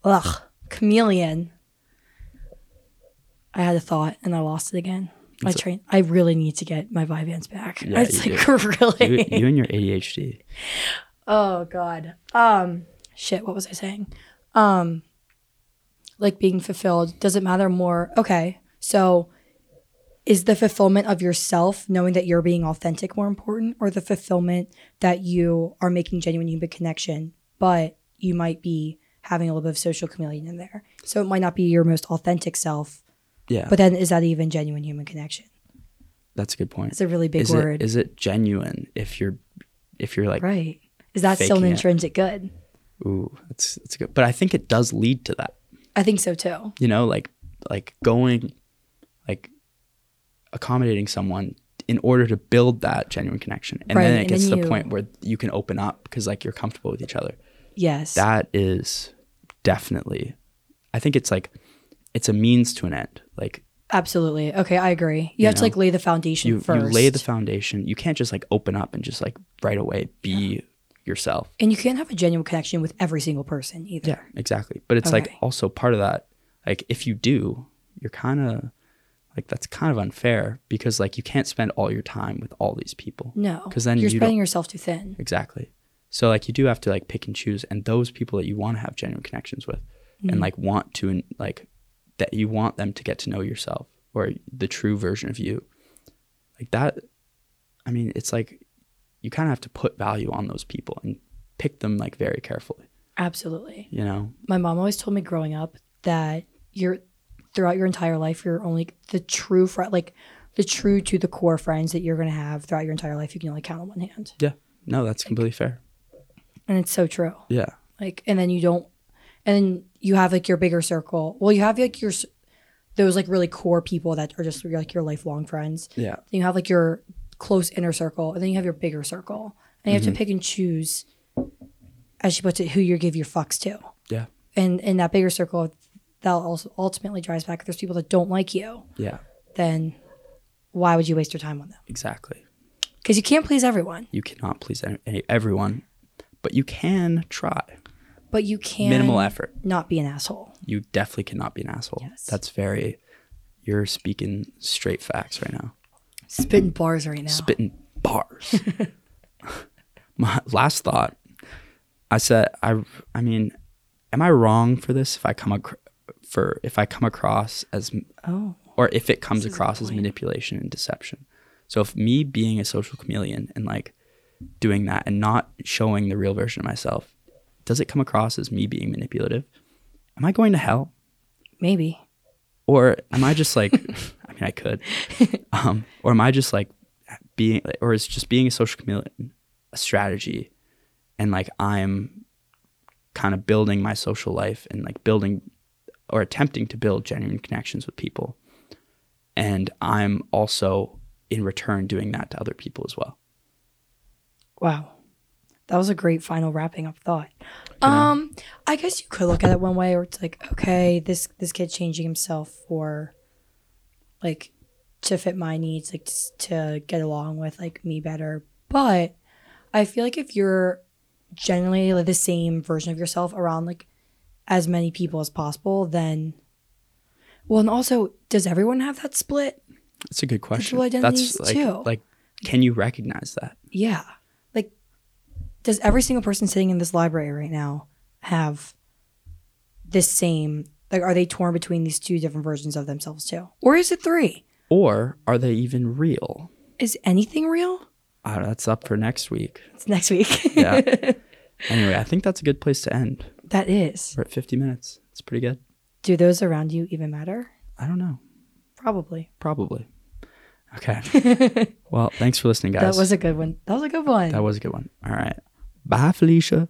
[SPEAKER 1] ugh, chameleon? I had a thought and I lost it again. My
[SPEAKER 2] It's-
[SPEAKER 1] train. I really need to get my Vyvanse back.
[SPEAKER 2] Yeah,
[SPEAKER 1] it's *laughs*
[SPEAKER 2] you
[SPEAKER 1] like
[SPEAKER 2] you,
[SPEAKER 1] really.
[SPEAKER 2] you and your ADHD.
[SPEAKER 1] Oh God. Um shit, what was I saying? Um like being fulfilled, does it matter more? Okay. So is the fulfillment of yourself knowing that you're being authentic more important or the fulfillment that you are making genuine human connection, but you might be having a little bit of social chameleon in there. So it might not be your most authentic self,
[SPEAKER 2] Yeah,
[SPEAKER 1] but then is that even genuine human connection?
[SPEAKER 2] that's a good point.
[SPEAKER 1] It's a really big
[SPEAKER 2] is
[SPEAKER 1] word.
[SPEAKER 2] it is it genuine if you're if you're like
[SPEAKER 1] right. Is that still an
[SPEAKER 2] faking it.
[SPEAKER 1] intrinsic good?
[SPEAKER 2] Ooh, that's that's good. But I think it does lead to that.
[SPEAKER 1] I think so too.
[SPEAKER 2] You know, like like going like accommodating someone in order to build that genuine connection. And
[SPEAKER 1] Right,
[SPEAKER 2] then it
[SPEAKER 1] and
[SPEAKER 2] gets
[SPEAKER 1] then
[SPEAKER 2] to the
[SPEAKER 1] you-
[SPEAKER 2] point where you can open up because like you're comfortable with each other.
[SPEAKER 1] Yes.
[SPEAKER 2] That is definitely I think it's like it's a means to an end. Like
[SPEAKER 1] Absolutely. Okay, I agree. You, have to
[SPEAKER 2] know?
[SPEAKER 1] like lay the foundation
[SPEAKER 2] you, you
[SPEAKER 1] first.
[SPEAKER 2] lay the foundation. You can't just like open up and just like right away be yourself.
[SPEAKER 1] and you can't have a genuine connection with every single person either.
[SPEAKER 2] Yeah, exactly. But it's like
[SPEAKER 1] Okay.
[SPEAKER 2] also part of that. Like if you do, you're kind of like that's kind of unfair because like you can't spend all your time with all these people.
[SPEAKER 1] No.
[SPEAKER 2] 'Cause then
[SPEAKER 1] you're
[SPEAKER 2] you
[SPEAKER 1] spreading
[SPEAKER 2] don't-
[SPEAKER 1] yourself too thin.
[SPEAKER 2] Exactly. So like you do have to like pick and choose and those people that you want to have genuine connections with and like want to and like that you want them to get to know yourself or the true version of you. Like that I mean, it's like you kind of have to put value on those people and pick them like very carefully,
[SPEAKER 1] Absolutely.
[SPEAKER 2] you know?
[SPEAKER 1] My mom always told me growing up that you're throughout your entire life you're only the true friend like the true to the core friends that you're gonna have throughout your entire life you can only count on one hand.
[SPEAKER 2] Yeah. No, that's completely fair.
[SPEAKER 1] And it's so true.
[SPEAKER 2] Yeah.
[SPEAKER 1] like and then you don't and then you have like your bigger circle well you have like your s- those like really core people that are just like your lifelong friends
[SPEAKER 2] Yeah.
[SPEAKER 1] then you have like your close inner circle and then you have your bigger circle and you have
[SPEAKER 2] Mm-hmm.
[SPEAKER 1] to pick and choose as she puts it who you give your fucks to
[SPEAKER 2] Yeah.
[SPEAKER 1] and in that bigger circle that also ultimately drives back if there's people that don't like you
[SPEAKER 2] Yeah.
[SPEAKER 1] then why would you waste your time on them
[SPEAKER 2] Exactly.
[SPEAKER 1] because you can't please everyone
[SPEAKER 2] You cannot please any, any, everyone, but you can try.
[SPEAKER 1] but you can
[SPEAKER 2] Minimal effort.
[SPEAKER 1] not be an asshole
[SPEAKER 2] You definitely cannot be an asshole. That's very. You're speaking straight facts right now.
[SPEAKER 1] spitting bars right now
[SPEAKER 2] Spitting bars. *laughs* My last thought. I said I. I mean, am I wrong for this? If I come ac- for if I come across as
[SPEAKER 1] oh
[SPEAKER 2] or if it comes across as manipulation and deception. So if me being a social chameleon and like doing that and not showing the real version of myself, does it come across as me being manipulative? Am I going to hell?
[SPEAKER 1] maybe
[SPEAKER 2] Or am I just like *laughs* I mean I could. Um, or am I just like being or is just being a social chameleon a strategy and like I'm kind of building my social life and like building or attempting to build genuine connections with people and I'm also in return doing that to other people as well.
[SPEAKER 1] Wow. That was a great final wrapping up thought. Um, I guess you could look at it one way, or it's like, okay, this this kid changing himself for, like, to fit my needs, like s- to get along with like me better. But I feel like if you're generally like the same version of yourself around like as many people as possible, then, well, and also, does everyone have that split?
[SPEAKER 2] That's a good question.
[SPEAKER 1] identities
[SPEAKER 2] That's like,
[SPEAKER 1] too.
[SPEAKER 2] like, can you recognize that?
[SPEAKER 1] Yeah. Like, does every single person sitting in this library right now have this same? Like, are they torn between these two different versions of themselves too, or is it three?
[SPEAKER 2] Or are they even real?
[SPEAKER 1] Is anything real?
[SPEAKER 2] Uh, that's up for next week.
[SPEAKER 1] It's next week.
[SPEAKER 2] Yeah. Anyway, I think that's a good place to end.
[SPEAKER 1] *laughs* that is.
[SPEAKER 2] We're at 50 minutes. It's pretty good.
[SPEAKER 1] Do those around you even matter?
[SPEAKER 2] I don't know.
[SPEAKER 1] Probably.
[SPEAKER 2] Probably. Okay.
[SPEAKER 1] that
[SPEAKER 2] Well, thanks for listening, guys.
[SPEAKER 1] was a good one. That was a good one.
[SPEAKER 2] that was a good one. All right. Bye, Felicia.